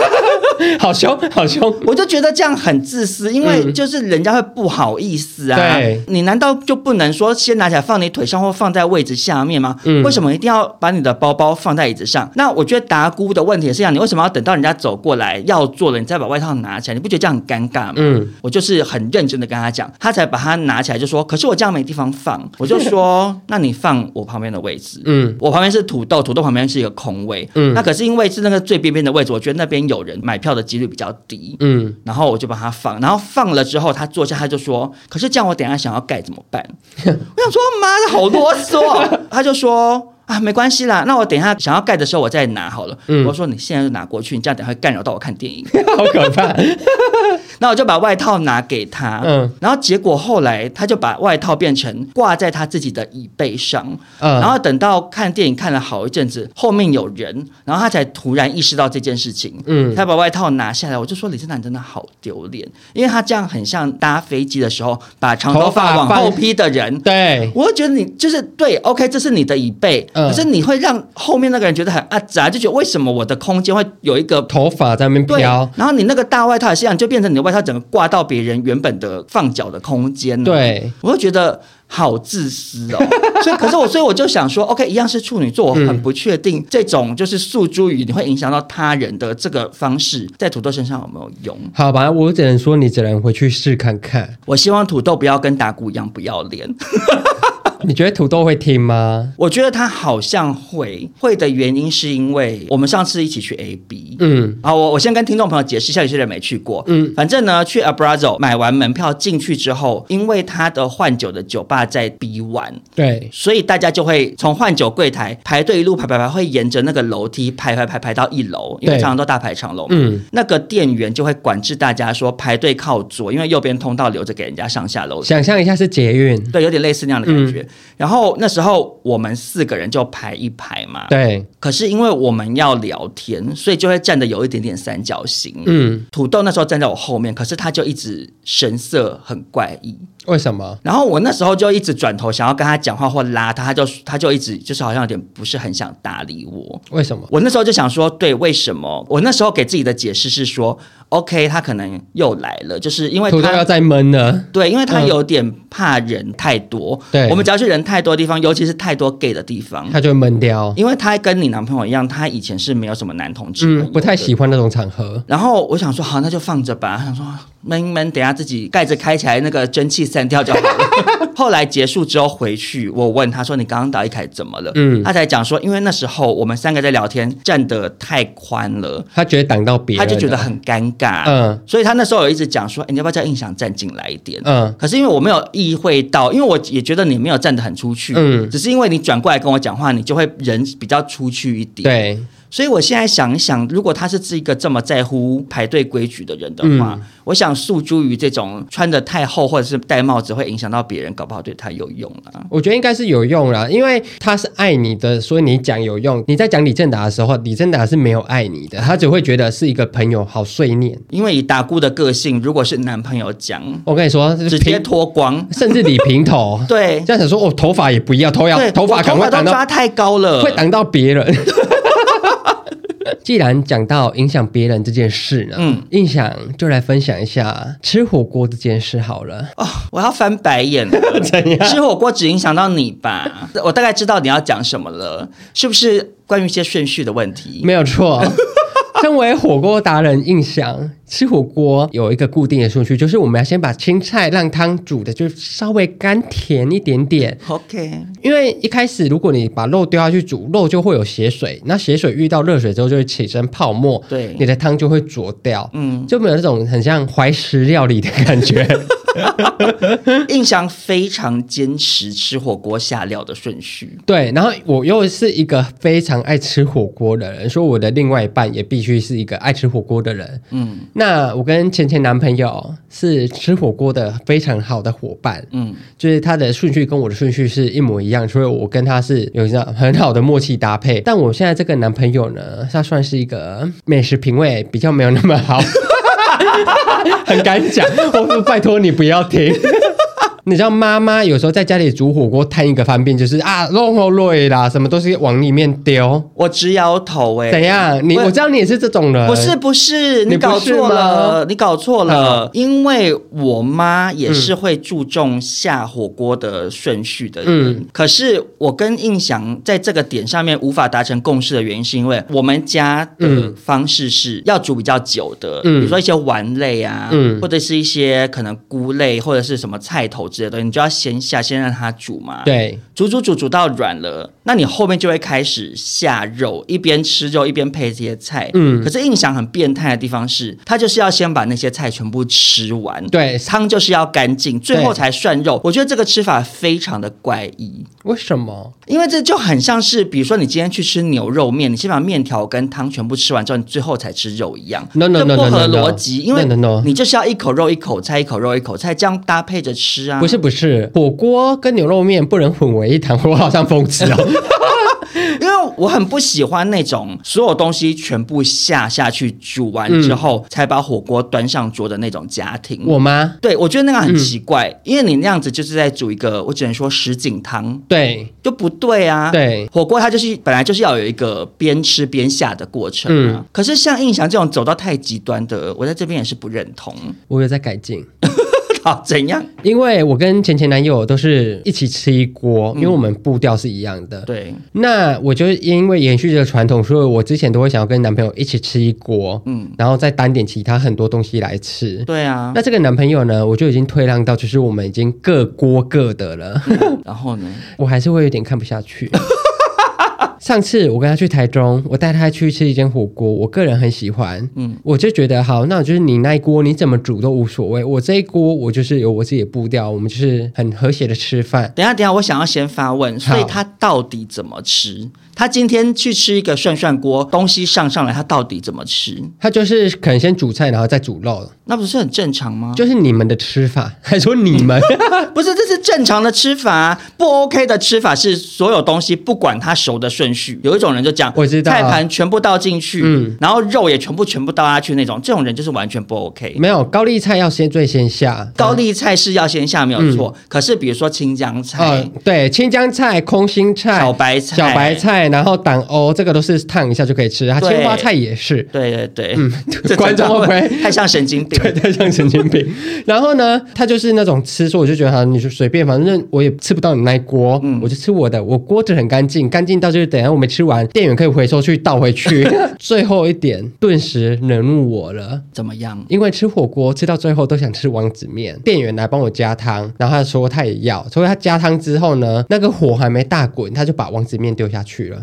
A: 好凶，好凶。
B: 我就觉得这样很自私，因为就是人家会不好意思啊，
A: 嗯对
B: 你难道就不能说先拿起来放你腿上或放在位置下面吗？
A: 嗯
B: 为什么一定要把你的包包放在椅子上？那我觉得达姑的问题也是这样，你为什么要等到人家走过来要坐了，你再把外套拿起来？你不觉得这样很尴尬吗？
A: 嗯，
B: 我就是很认真的跟他讲，他才把它拿起来，就说：“可是我这样没地方放。”我就说：“那你放我旁边的位置。”
A: 嗯，
B: 我旁边是土豆，土豆旁边是一个空位。
A: 嗯
B: 那可是因为是那个最边边的位置，我觉得那边有人买票的几率比较低。
A: 嗯，
B: 然后我就把它放，然后放了之后，他坐下，他就说：“可是这样我等一下想要盖怎么办？”我想说：“妈的，好啰嗦 哦。”他就说：“啊，没关系啦，那我等一下想要盖的时候我再拿好了。我说：“你现在就拿过去，你这样等一下会干扰到我看电影。”
A: 好可 怕。
B: 那我就把外套拿给他，
A: 嗯
B: 然后结果后来他就把外套变成挂在他自己的椅背上，
A: 嗯
B: 然后等到看电影看了好一阵子，后面有人，然后他才突然意识到这件事情，
A: 嗯
B: 他把外套拿下来，我就说李正南真的好丢脸，因为他这样很像搭飞机的时候把长头发
A: 头发
B: 往
A: 放
B: 后披的人。
A: 对，
B: 我会觉得你就是对，OK，这是你的椅背，
A: 嗯
B: 可是你会让后面那个人觉得很阿杂，就觉得为什么我的空间会有一个
A: 头发在那边
B: 对，
A: 飘。
B: 然后你那个大外套也是一样，就变成你的外套整个挂到别人原本的放脚的空间了。
A: 对，
B: 我就觉得好自私哦。所以，可是我，所以我就想说，OK，一样是处女座，我很不确定、这种就是诉诸于你会影响到他人的这个方式，在土豆身上有没有用？
A: 好吧，我只能说你只能回去试看看。
B: 我希望土豆不要跟达姑一样不要脸。
A: 你觉得土豆会听吗？
B: 我觉得他好像会，会的原因是因为我们上次一起去 A B，
A: 嗯
B: 好，我我先跟听众朋友解释一下，有些人没去过。
A: 嗯
B: 嗯，反正呢，去 Abrazo 买完门票进去之后，因为他的换酒的酒吧在 B 1
A: 对，
B: 所以大家就会从换酒柜台排队一路排排排，会沿着那个楼梯排排排排到一楼，因为
A: 对
B: 常常都大排长龙嘛。
A: 嗯，
B: 那个店员就会管制大家说排队靠左，因为右边通道留着给人家上下楼梯。
A: 想象一下是捷运，
B: 对，有点类似那样的
A: 嗯
B: 感觉。然后那时候我们四个人就排一排嘛，
A: 对，
B: 可是因为我们要聊天，所以就会站得有一点点三角形。
A: 嗯，
B: 土豆那时候站在我后面，可是他就一直神色很怪异，
A: 为什么？
B: 然后我那时候就一直转头想要跟他讲话或拉他，他就他就一直就是好像有点不是很想搭理我。
A: 为什么？
B: 我那时候就想说，对，为什么？我那时候给自己的解释是说，OK，他可能又来了，就是因为
A: 土豆要
B: 他
A: 再闷了，
B: 对，因为他
A: 嗯
B: 有点怕人太多。
A: 对嗯
B: 我们只要去人太多的地方，尤其是太多 gay 的地方，
A: 他就会闷掉。
B: 因为他跟你男朋友一样，他以前是没有什么男同志朋友的，
A: 嗯，不太喜欢那种场合。
B: 然后我想说，好，那就放着吧。想说闷一闷，等一下自己盖着开起来，那个蒸汽散掉就好 了。后来结束之后回去，我问他说：“你刚刚到一开始怎么了？”
A: 嗯
B: 他才讲说，因为那时候我们三个在聊天，站得太宽了，
A: 他觉得挡到别
B: 他
A: 人了，
B: 就觉得很尴尬。
A: 嗯
B: 所以他那时候有一直讲说：“哎你要不要叫印象站进来一点？”
A: 嗯
B: 可是因为我没有意会到，因为我也觉得你没有站得很出去，
A: 嗯
B: 只是因为你转过来跟我讲话，你就会人比较出去一点。
A: 对，
B: 所以我现在想一想，如果他是一个这么在乎排队规矩的人的话，
A: 嗯
B: 我想诉诸于这种穿的太厚或者是戴帽子会影响到别人，搞不好对他有用啊啦。
A: 我觉得应该是有用啦，因为他是爱你的，所以你讲有用。你在讲李正达的时候，李正达是没有爱你的，他只会觉得是一个朋友，好碎念。
B: 因为以达姑的个性，如果是男朋友讲，
A: 我跟你说，就
B: 直
A: 是
B: 接
A: 平
B: 脱光，，
A: 甚至理平头
B: 对
A: 这样想说，哦，头发也不要，头要
B: 对，
A: 头发
B: 我
A: 赶
B: 头发
A: 快
B: 都
A: 挡到
B: 抓太高了，
A: 会挡到别人。 既然讲到影响别人这件事呢，
B: 嗯
A: 嗯，印象就来分享一下吃火锅这件事好了。
B: 哦，我要翻白眼了。
A: 怎样？
B: 吃火锅只影响到你吧，我大概知道你要讲什么了，是不是关于一些顺序的问题？
A: 没有 错。身为火锅达人，印象吃火锅有一个固定的顺序，就是我们要先把青菜让汤煮的就稍微甘甜一点点，
B: OK，
A: 因为一开始如果你把肉丢下去煮，肉就会有血水，那血水遇到热水之后就会起身泡沫，
B: 对
A: 你的汤就会浊掉，
B: 嗯，
A: 就没有那种很像怀石料理的感觉。
B: 印象非常坚持吃火锅下料的顺序。
A: 对，然后我又是一个非常爱吃火锅的人，所以我的另外一半也必须是一个爱吃火锅的人。
B: 嗯
A: 嗯，那我跟前前男朋友是吃火锅的非常好的伙伴，
B: 嗯，
A: 就是他的顺序跟我的顺序是一模一样，所以我跟他是有一个很好的默契搭配。但我现在这个男朋友呢，他算是一个美食品味比较没有那么好， 很敢讲，我拜托你不要听。你知道妈妈有时候在家里煮火锅摊一个方便，就是啊肉肉类啦，什么都是往里面丢。
B: 我直摇头哎、
A: 怎样？你
B: 我
A: 我知道你也是这种人，
B: 不是不是，你
A: 你不
B: 搞
A: 是
B: 错了，
A: 吗啊
B: 你搞错了，因为我妈也是会注重下火锅的顺序的人。
A: 嗯
B: 可是我跟印象在这个点上面无法达成共识的原因，是因为我们家的
A: 嗯
B: 方式是要煮比较久的，
A: 嗯
B: 比如说一些丸类啊，
A: 嗯
B: 或者是一些可能菇类或者是什么菜头之类的东西，你就要先下，先让它煮嘛。
A: 对，
B: 煮煮煮煮到软了，那你后面就会开始下肉，一边吃肉一边配这些菜。
A: 嗯
B: 可是印象很变态的地方是，他就是要先把那些菜全部吃完，
A: 对
B: 汤就是要干净，最后
A: 对
B: 才涮肉。我觉得这个吃法非常的怪异。
A: 为什么？
B: 因为这就很像是，比如说你今天去吃牛肉面，你先把面条跟汤全部吃完之后，你最后才吃肉一样，
A: No, no,
B: 这
A: no,
B: 不
A: no,
B: 合
A: no, no.
B: 逻辑。因为
A: No, no, no.
B: 你就是要一口肉一口菜，一口肉一口菜，这样搭配着吃啊。
A: 不是不是，火锅跟牛肉面不能混为一谈，我好像 疯子哦。
B: 因为我很不喜欢那种所有东西全部下下去煮完之后、才把火锅端上桌的那种家庭。
A: 嗯我嗯吗？
B: 对我觉得那个很奇怪，因为你那样子就是在煮一个，我只能说什锦汤。
A: 对
B: 就不对啊！
A: 对
B: 火锅它就是本来就是要有一个边吃边下的过程啊。
A: 嗯
B: 可是像印象这种走到太极端的，我在这边也是不认同。
A: 我有在改进，
B: 好，怎样？
A: 因为我跟前前男友都是一起吃一锅，因为我们步调是一样的。
B: 嗯对，
A: 那我就因为延续这个传统，所以我之前都会想要跟男朋友一起吃一锅，
B: 嗯
A: 嗯，然后再单点其他很多东西来吃。
B: 对啊。
A: 那这个男朋友呢，我就已经退让到，就是我们已经各锅各的了，
B: 然后呢？
A: 我还是会有点看不下去。上次我跟他去台中，我带他去吃一间火锅，我个人很喜欢，
B: 嗯
A: 嗯，我就觉得好，那我就是你那一锅你怎么煮都无所谓，我这一锅我就是有我自己的步调，我们就是很和谐的吃饭。
B: 等一下，等一下，我想要先发问，所以
A: 好
B: 它到底怎么吃？他今天去吃一个涮涮锅，东西上上来，他到底怎么吃？
A: 他就是可能先煮菜，然后再煮肉，
B: 那不是很正常吗？哎
A: 就是你们的吃法，还说你们
B: 不是，这是正常的吃法、啊。不 OK 的吃法是所有东西不管它熟的顺序。有一种人就讲，
A: 我知道
B: 菜盘全部倒进去，
A: 嗯
B: 然后肉也全部全部倒下去那种，这种人就是完全不 OK。
A: 没有高丽菜要先最先下
B: 高丽菜是要先下没有错，
A: 嗯
B: 可是比如说青江菜、
A: 呃，对，青江菜、空心菜、
B: 小白菜、
A: 小白，菜，然后党欧这个都是烫一下就可以吃，它
B: 对
A: 青花菜也是，
B: 对对对， 嗯
A: 观众会不会
B: 太像神经病？
A: 对，它像神经 病。然后呢，它就是那种吃，所以我就觉得哈，你就随便，反正我也吃不到你那一锅，
B: 嗯
A: 我就吃我的，我锅子很干净，干净到就是等一下我没吃完，店员可以回收去倒回 去。最后一点，顿时惹怒我了。
B: 怎么样？
A: 因为吃火锅吃到最后都想吃王子面，店员来帮我加汤，然后他说他也要，所以他加汤之后呢，那个火还没大滚，他就把王子面丢下去了。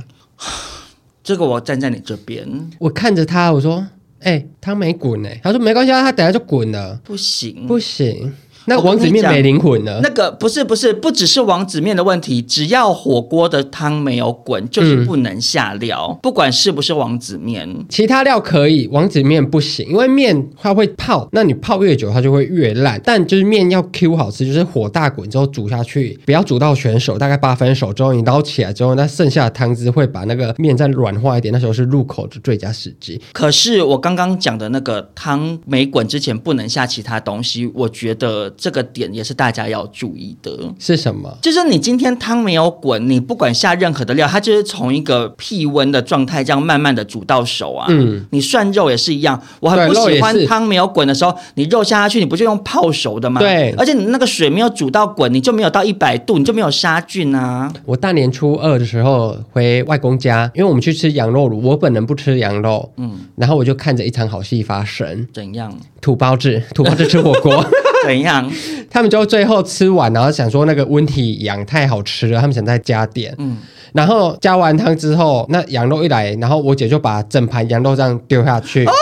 B: 这个我站在你这边
A: 我看着他，我说：“哎、汤没滚哎、他说：“没关系啊，他等下就滚了。
B: 不行，
A: 不行，那
B: 我跟
A: 王子
B: 你
A: 面
B: 讲
A: 没灵魂了。
B: 那个不是不是，不只是王子面的问题，只要火锅的汤没有滚，就是不能下料，不管是不是王子面。
A: 其他料可以，王子面不行，因为面它会泡，那你泡越久它就会越烂。但就是面要 Q 好吃，就是火大滚之后煮下去，不要煮到全熟，大概八分熟之后你捞起来之后，那剩下的汤汁会把那个面再软化一点，那时候是入口的最佳时机。
B: 可是我刚刚讲的那个汤没滚之前不能下其他东西，我觉得这个点也是大家要注意的。
A: 是什么？
B: 就是你今天汤没有滚，你不管下任何的料，它就是从一个屁温的状态这样慢慢的煮到熟啊。
A: 嗯，
B: 你涮肉也是一样，我很
A: 对
B: 不
A: 肉
B: 喜
A: 也
B: 欢
A: 是
B: 汤没有滚的时候，你肉下下去，你不就用泡熟的吗？
A: 对
B: 而且你那个水没有煮到滚，你就没有到一百度，你就没有杀菌啊。
A: 我大年初二的时候回外公家，因为我们去吃羊肉炉，我本人不吃羊肉，嗯，然后我就看着一场好戏发生，
B: 怎样？
A: 土包子，土包子吃火锅。
B: 怎样？
A: 他们就最后吃完，然后想说那个温体羊太好吃了，他们想再加点。嗯，然后加完汤之后，那羊肉一来，然后我姐就把整盘羊肉这样丢下去。
B: 啊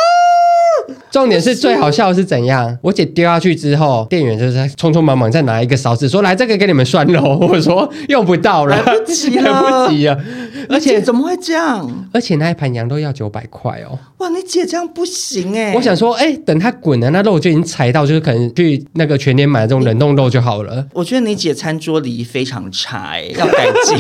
A: 重点是最好笑的是怎样？我姐丢下去之后，店员就是匆匆忙忙再拿一个勺子说：“来，这个给你们涮肉。”我说：“用不到了，
B: 来不及了
A: 来不及了。” 而
B: 你姐
A: 且
B: 怎么会这样？
A: 而且那一盘羊肉要九百块哦。
B: 哇，你姐这样不行哎、
A: 我想说，哎、等它滚了，那肉就已经裁到，就是可能去那个全年买这种冷冻肉就 好了。
B: 我觉得你姐餐桌礼仪非常差、欸，要改 进。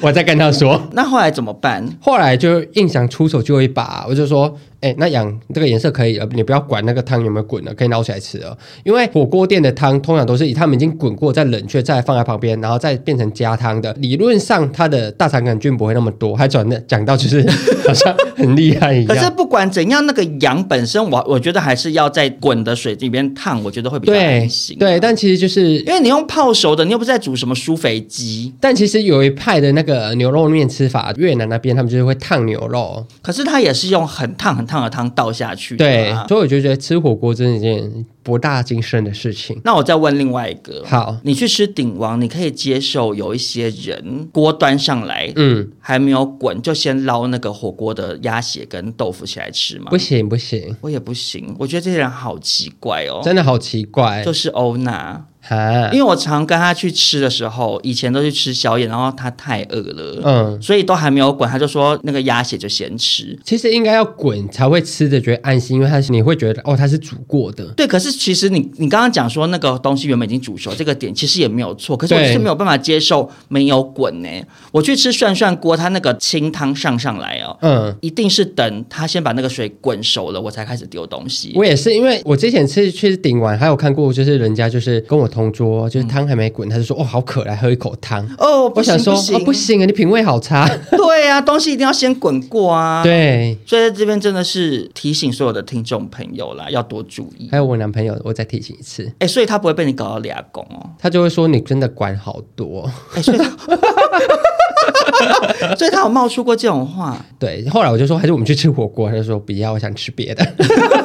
A: 我再跟他说。
B: 那后来怎么办？
A: 后来就硬想出手就一把，我就说，哎、那羊这个颜色可以呃了，你不要管那个汤有没有滚了，可以捞起来吃了。因为火锅店的汤通常都是以他们已经滚过，再冷却，再放在旁边，然后再变成加汤的。理论上它的大肠杆菌不会那么多，还转的讲到就是 好像很厉害一
B: 可是
A: 样。
B: 不管怎样，那个羊本身我，我觉得还是要在滚的水里边烫，我觉得会比较
A: 对
B: 安心、啊
A: 对，但其实就是
B: 因为你用泡熟的，你又不是在煮什么酥肥鸡，
A: 但其实有一派的那个牛肉面吃法，越南那边他们就是会烫牛肉，
B: 可是它也是用很烫很烫的汤倒下去
A: 对
B: 的啊、，
A: 所以我就觉得吃火锅真是一件博大精深的事情。
B: 那我再问另外一个，
A: 好，
B: 你去吃鼎王，你可以接受有一些人锅端上来、
A: 嗯，
B: 还没有滚，就先捞那个火锅的鸭血跟豆腐起来吃吗
A: 不？行不行，
B: 我也不行，我觉得这些人好奇怪哦。
A: 真的好奇怪
B: 就是欧娜，
A: 哈
B: 因，为我常跟她去吃的时候，以前都去吃宵夜，然后她太饿了，
A: 嗯，
B: 所以都还没有滚，她就说那个鸭血就先吃。
A: 其实应该要滚才会吃的觉得安心，因为它是你会觉得哦它是煮过的，
B: 对，可是其实你你刚刚讲说那个东西原本已经煮熟，这个点其实也没有错，可是我
A: 对
B: 就是没有办法接受没有滚呢、我去吃涮涮锅，它那个清汤上上来哦，
A: 嗯。
B: 一定是等它先把那个水滚熟了，我才开始丢东西。
A: 我也是，因为我之前是去顶完，还有看过，就是人家就是跟我同桌，就是汤还没滚，他就说哦好渴，来喝一口汤。
B: 哦，不
A: 我
B: 行
A: 想说
B: 不行，
A: 哦不行啊，你品味 好差。
B: 对啊，东西一定要先滚过啊。，
A: 对，
B: 所以在这边真的是提醒所有的听众朋友啦，要多注意
A: 还。有我男朋友，我再提醒一次，
B: 哎，所以他不会被你搞到俩拱哦。
A: 他就会说你真的管好多。
B: 哎，所以他，所以他有冒出过这种话。
A: 对，后来我就说还是我们去吃火锅，他就说不要，我想吃别的。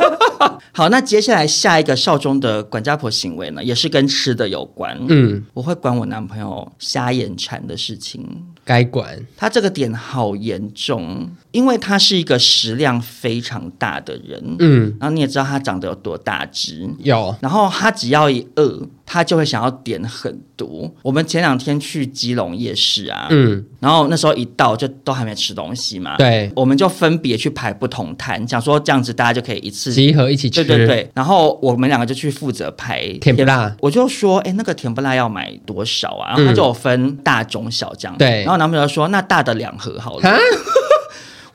B: 好，那接下来下一个少中的管家婆行为呢，也是跟吃的有关。
A: 嗯，
B: 我会管我男朋友瞎眼馋的事情，
A: 该管。
B: 他这个点好严重。因为他是一个食量非常大的人，
A: 嗯，
B: 然后你也知道他长得有多大只，
A: 有
B: 然后他只要一饿，他就会想要点很多。我们前两天去基隆夜市啊，
A: 嗯
B: 然后那时候一到就都还没吃东西嘛，
A: 对，
B: 我们就分别去排不同摊，想说这样子大家就可以一次。
A: 集合一起
B: 对
A: 吃，
B: 对对，然后我们两个就去负责排
A: 甜不辣嗯
B: 我就说，哎，那个甜不辣要买多少啊？然后他就有分大、中、小这样。
A: 对
B: 然后男朋友说，那大的两盒好了。
A: 啊，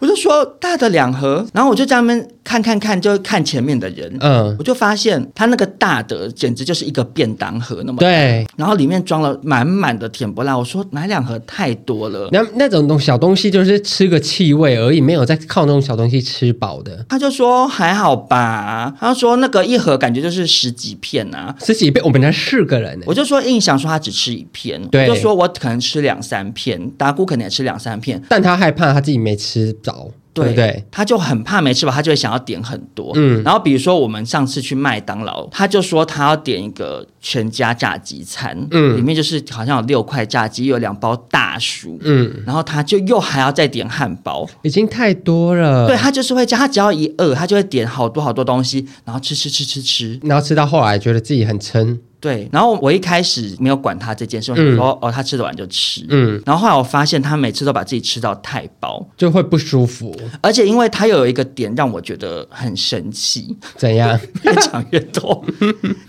B: 我就说大的两盒，然后我就在那边看看看，就看前面的人，
A: 嗯，
B: 我就发现他那个大的简直就是一个便当盒那么，
A: 对，
B: 然后里面装了满满的甜不辣。我说买两盒太多了，
A: 那那种东小东西就是吃个气味而已，没有在靠那种小东西吃饱的。
B: 他就说还好吧，他说那个一盒感觉就是十几片啊。
A: 十几倍，我们才四个人呢、欸
B: 我就说印象说他只吃一片，我
A: 对
B: 就说我可能吃两三片，达姑可能也吃两三片，
A: 但他害怕他自己没吃着，对
B: 对
A: 不对？
B: 他就很怕没吃饱，他就会想要点很多。
A: 嗯
B: 然后比如说我们上次去麦当劳，他就说他要点一个全家炸鸡餐，
A: 嗯
B: 里面就是好像有六块炸鸡，有两包大薯，
A: 嗯，
B: 然后他就又还要再点汉堡。
A: 已经太多了。
B: 对，他就是会这样，他只要一饿，他就会点好多好多东西，然后吃吃吃吃吃。
A: 然后吃到后来觉得自己很撑，
B: 对，然后我一开始没有管他这件事，我想
A: 嗯
B: 说、哦，他吃得完就吃。
A: 嗯，
B: 然后后来我发现他每次都把自己吃到太饱，
A: 就会不 舒服。
B: 而且因为他有一个点让我觉得很生气，
A: 怎样？
B: 越讲越多，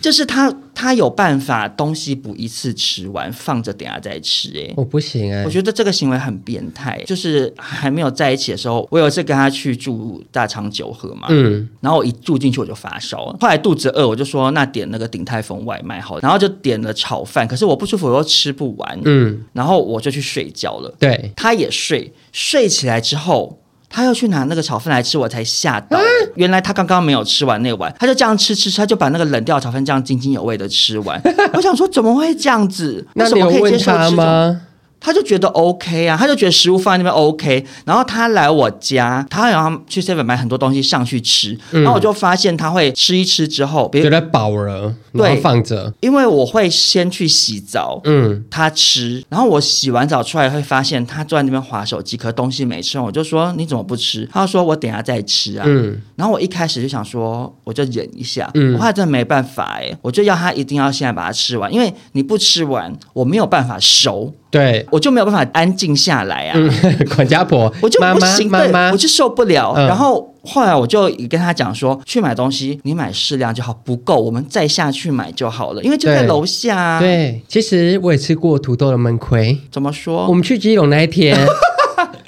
B: 就是他他有办法东西不一次吃完，放着等下再吃、欸。
A: 我不行哎、
B: 我觉得这个行为很变态。就是还没有在一起的时候，我有一次跟他去住大昌九和嘛。
A: 嗯，
B: 然后我一住进去我就发烧了，后来肚子饿，我就说那点那个鼎泰丰外卖好了，然后就点了炒饭，可是我不舒服，我又吃不完，
A: 嗯，
B: 然后我就去睡觉了。
A: 对，
B: 他也睡，睡起来之后，他又去拿那个炒饭来吃，我才吓
A: 啊
B: 到。原来他刚刚没有吃完那碗，他就这样吃吃吃，他就把那个冷掉的炒饭这样津津有味的吃完。 我想说，怎么会这样子？为
A: 那
B: 什
A: 你
B: 么
A: 有
B: 可以接
A: 问
B: 受
A: 他
B: 吃这种？
A: 吗？
B: 他就觉得 OK 啊，他就觉得食物放在那边 OK。然后他来我家，他好像去 seven 买很多东西上去吃，
A: 嗯
B: 然后我就发现他会吃一吃之后，比
A: 觉
B: 如
A: 得饱了，
B: 对
A: 然后放着，
B: 因为我会先去洗澡，
A: 嗯，
B: 他吃，然后我洗完澡出来会发现他坐在那边划手机，可东西没吃完，我就说你怎么不吃？他就说我等一下再吃啊。
A: 嗯
B: 然后我一开始就想说，我就忍一下，
A: 嗯
B: 我后来真的没办法哎、我就要他一定要现在把它吃完，因为你不吃完，我没有办法熟，
A: 对，
B: 我就没有办法安静下来啊。
A: 嗯， 管家婆，
B: 我就
A: 妈
B: 不
A: 妈
B: 行，
A: 妈
B: 对
A: 妈
B: 我，就受不了。
A: 嗯
B: 然后后来我就也跟他讲说，去买东西，你买适量就好，不够我们再下去买就好了，因为就在
A: 对
B: 楼下、啊。，
A: 对，其实我也吃过土豆的焖亏。
B: 怎么说？
A: 我们去基隆那一天，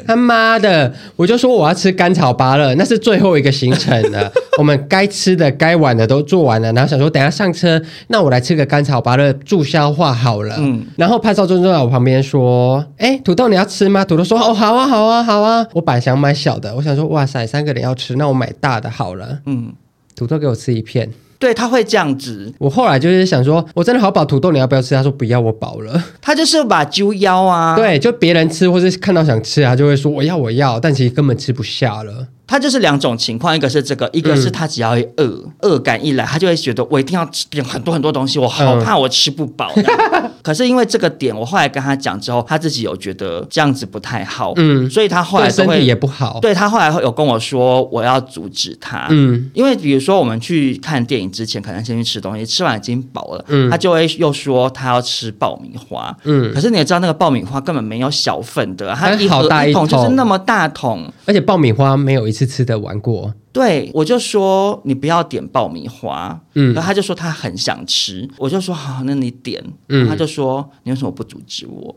A: 他妈的，我就说我要吃甘草芭乐，那是最后一个行程了。我们该吃的、该玩的都做完了，然后想说等一下上车，那我来吃个甘草芭乐助消化好了。
B: 嗯
A: 嗯，然后潘少忠就在我旁边说：“哎，土豆你要吃吗？”土豆说：“哦，好啊，好啊，好啊。”我本来想买小的，我想说哇塞，三个人要吃，那我买大的好了。
B: 嗯，
A: 土豆给我吃一片，
B: 对他会这样子，
A: 我后来就是想说，我真的好饱，土豆你要不要吃？他说不要，我饱了。
B: 他就是把揪腰啊，，
A: 对，就别人吃或是看到想吃，他就会说我要我要，但其实根本吃不下了。
B: 他就是两种情况，一个是这
A: 嗯
B: 个，一个是他只要一饿，饿感一来，他就会觉得我一定要吃点很多很多东西，我好怕我吃不饱。这 样可是因为这个点，我后来跟他讲之后，他自己有觉得这样子不太好，
A: 嗯
B: 所以他后来
A: 对
B: 都
A: 身体
B: 会
A: 也不好。
B: 对啊他后来有跟我说，我要阻止他，
A: 哦嗯，
B: 因为比如说我们去看电影之前，可能先去吃东西，吃完已经饱了，
A: 嗯
B: 他就会又说他要吃爆米花，
A: 嗯
B: 可是你也知道那个爆米花根本没有小份的，啊它
A: 它
B: 一
A: 好
B: 盒
A: 大
B: 一
A: 一
B: 桶就是
A: 桶
B: 那么大桶。
A: 而且爆米花没有一次吃得完过。
B: 对，我就说你不要点爆米花，
A: 嗯
B: 然后他就说他很想吃，我就说好，那你点，
A: 嗯
B: 然后他就说你为什么不阻止我？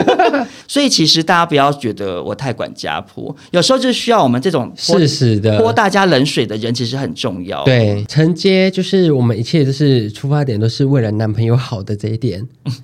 B: 所以其实大家不要觉得我太管家婆，有时候就需要我们这种泼
A: 是死
B: 泼
A: 的。
B: 大家冷水的人，其实很重要。，
A: 呃对，承接就是我们一切就是出发点都是为了男朋友好的这一点。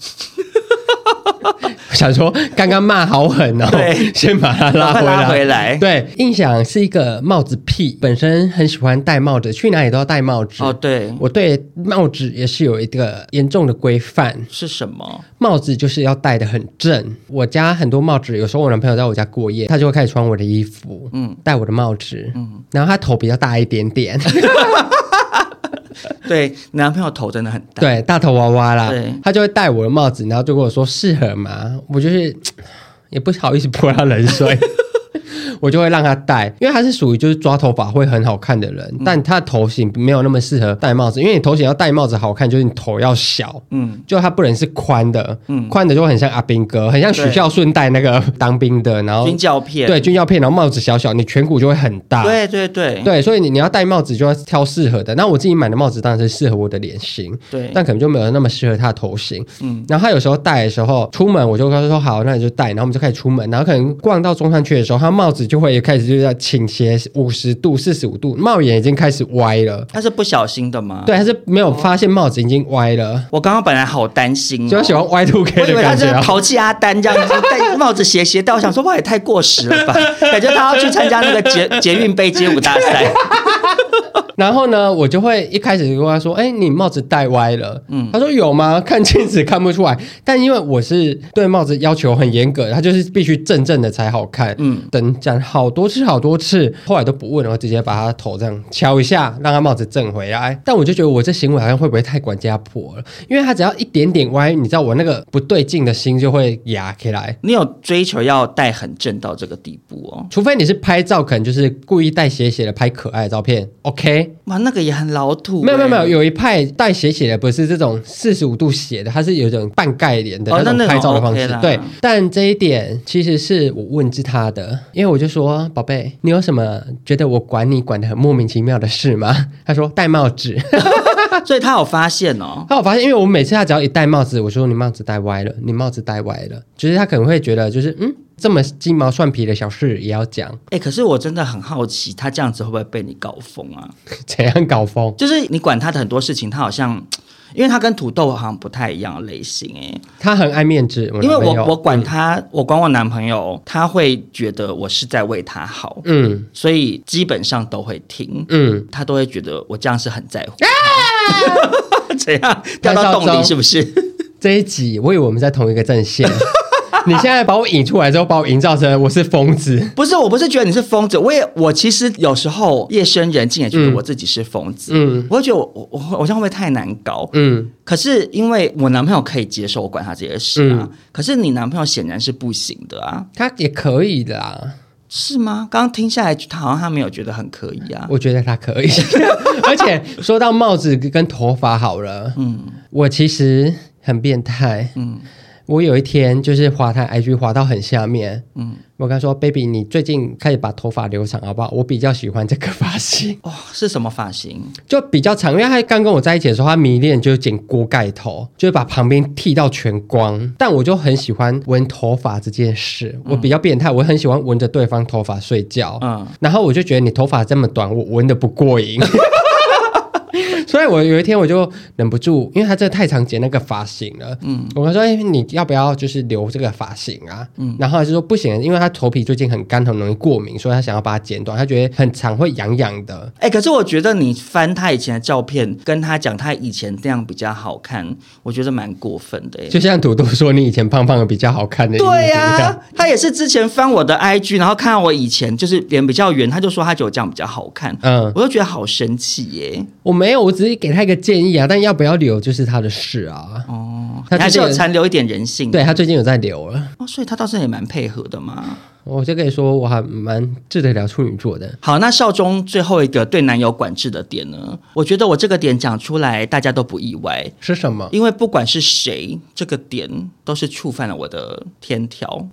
A: 我想说刚刚骂好狠哦
B: 对，
A: 先把他
B: 拉
A: 拉回来。
B: 回来。
A: 对，印象是一个帽子屁，本身很喜欢戴帽子，去哪里都要戴帽子。
B: 哦，对，
A: 我对帽子也是有一个严重的规范，
B: 是什么？
A: 帽子就是要戴的很正。我家很多帽子，有时候我男朋友在我家过夜，他就会开始穿我的衣服，
B: 嗯
A: 嗯，戴我的帽子，嗯，然后他头比较大一点 点，
B: 对，你男朋友头真的很大。
A: 对，大头娃娃啦
B: 对，
A: 他就会戴我的帽子，然后 就跟我说适合吗？我就是也不好意思泼他冷水。我就会让他戴，因为他是属于就是抓头发会很好看的人，但他的头型没有那么适合戴帽子，因为你头型要戴帽子好看，就是你头要小，
B: 嗯，
A: 就它不能是宽的，
B: 嗯
A: 宽的就会很像阿兵哥，很像许
B: 对
A: 孝顺戴那个当兵的，然后
B: 军教片，
A: 对军药片，然后帽子小小，你颧骨就会很大，
B: 对对对
A: 对，所以你你要戴帽子就要挑适合的。那我自己买的帽子当然是适合我的脸型，
B: 对
A: 但可能就没有那么适合他的头型。
B: 嗯
A: 然后他有时候戴的时候，出门我就跟他说好，那你就戴，然后我们就开始出门。然后可能逛到中山区的时候，他帽子就会开始就要倾斜五十度、四十五度，帽檐已经开始歪了。
B: 他是不小心的吗？
A: 对，，他是没有发现帽子已经歪了，
B: 我刚刚本来好担心、哦，
A: 就喜欢 Y two K
B: 我以
A: 的
B: 为他
A: 感
B: 是
A: 觉、啊。
B: 淘气阿丹这样 子，戴帽子斜斜戴，我想说哇也太过时了吧，感觉他要去参加那个捷 捷运杯街舞大赛。
A: 然后呢，我就会一开始就跟他说：“哎、你帽子戴歪了。”嗯，他说：“有吗？ 看镜子看不出来。”但因为我是对帽子要求很严格，他就是必须正正的才好看。嗯
B: 嗯，
A: 等讲好多次好多次，后来都不问了，我直接把他头这样敲一下，让他帽子正回来。但我就觉得我这行为好像会不会太管家婆了？因为他只要一点点歪，你知道我那个不对劲的心就会压起来。
B: 你有追求要戴很正到这个地步哦？
A: 除非你是拍照，可能就是故意带斜斜的拍可爱的照片，OK？
B: 哇，那个也很老土、欸
A: 没有没有没有，
B: 有。
A: 有一派带斜斜的，不是这种四十五度斜的，它是有一种半盖脸的
B: 哦那
A: 种
B: 那种
A: 拍照的方式。
B: OK 啦
A: 对，但这一点其实是我问知他的，因为我就说宝贝，你有什么觉得我管你管的很莫名其妙的事吗？ 他说戴帽子。
B: 所以他有发现哦。
A: 那我发现，因为我每次他只要一戴帽子，我说你帽子戴歪了，你帽子戴歪了，就是他可能会觉得就是嗯，这么鸡毛蒜皮的小事也要讲，
B: 哎、可是我真的很好奇，他这样子会不会被你搞疯啊？
A: 怎样搞疯？
B: 就是你管他的很多事情，他好像，因为他跟土豆好像不太一样的类型哎、
A: 他很爱面子，
B: 因为
A: 男朋
B: 我
A: 友
B: 我管他，我管我男朋友，他会觉得我是在为他好，
A: 嗯
B: 所以基本上都会听，
A: 嗯。
B: 他都会觉得我这样是很在乎。 怎样掉
A: 拍
B: 到
A: 照
B: 洞
A: 照
B: 里是不是？
A: 这一集，我以为我们在同一个阵线。你现在把我引出来之后，把我营造成我是疯子。
B: 不是，我不是觉得你是疯子，我也我其实有时候夜深人静也觉得
A: 嗯
B: 我自己是疯子，
A: 嗯
B: 我会觉得我我我我这样会不会太难搞？
A: 嗯，
B: 可是因为我男朋友可以接受我管他这些事啊，
A: 嗯
B: 可是你男朋友显然是不行的啊，
A: 他也可以的啦，
B: 是吗？刚刚听下来，他好像他没有觉得很可以啊。
A: 我觉得他 可以。而且说到帽子跟头发好了，
B: 嗯
A: 我其实很变态。
B: 嗯
A: 我有一天就是滑他 IG 滑到很下面，
B: 嗯，
A: 我跟他说：“baby，你最近开始把头发留长好不好？我比较喜欢这个发型，
B: 哦，是什么发型？
A: 就比较长。因为他刚跟我在一起的时候，他迷恋就是剪锅盖头，就是把旁边剃到全光。但我就很喜欢闻头发这件事，我比较变态，我很喜欢闻着对方头发睡觉。
B: 嗯
A: 然后我就觉得你头发这么短，我闻的不过瘾。 所以我有一天我就忍不住，因为他真的太常剪那个发型了。嗯，我跟他说：“哎、你要不要就是留这个发型啊？”嗯，然后他就说不行，因为他头皮最近很干，很容易过敏，所以他想要把它剪短。他觉得很长会痒痒的。
B: 哎、可是我觉得你翻他以前的照片，跟他讲他以前这样比较好看，我觉得蛮过分的、欸。
A: 就像土豆说，你以前胖胖的比较好看的。
B: 对
A: 呀、
B: 呀、他也是之前翻我的 IG，然后看到我以前就是脸比较圆，他就说他觉得我这样比较好看，
A: 嗯，
B: 我就觉得好生气耶、
A: 我没有，我只是给他一个建议啊，但要不要留就是他的事啊。
B: 哦，
A: 他
B: 你还
A: 最
B: 是
A: 近
B: 有残留一点人性，
A: 对他最近有在留了，
B: 哦，所以他倒是也蛮配合的嘛。
A: 我就跟你说，我还蛮治得了处女座的。
B: 好，那少中最后一个对男友管制的点呢？我觉得我这个点讲出来，大家都不意外，
A: 是什么？
B: 因为不管是谁，这个点都是触犯了我的天条，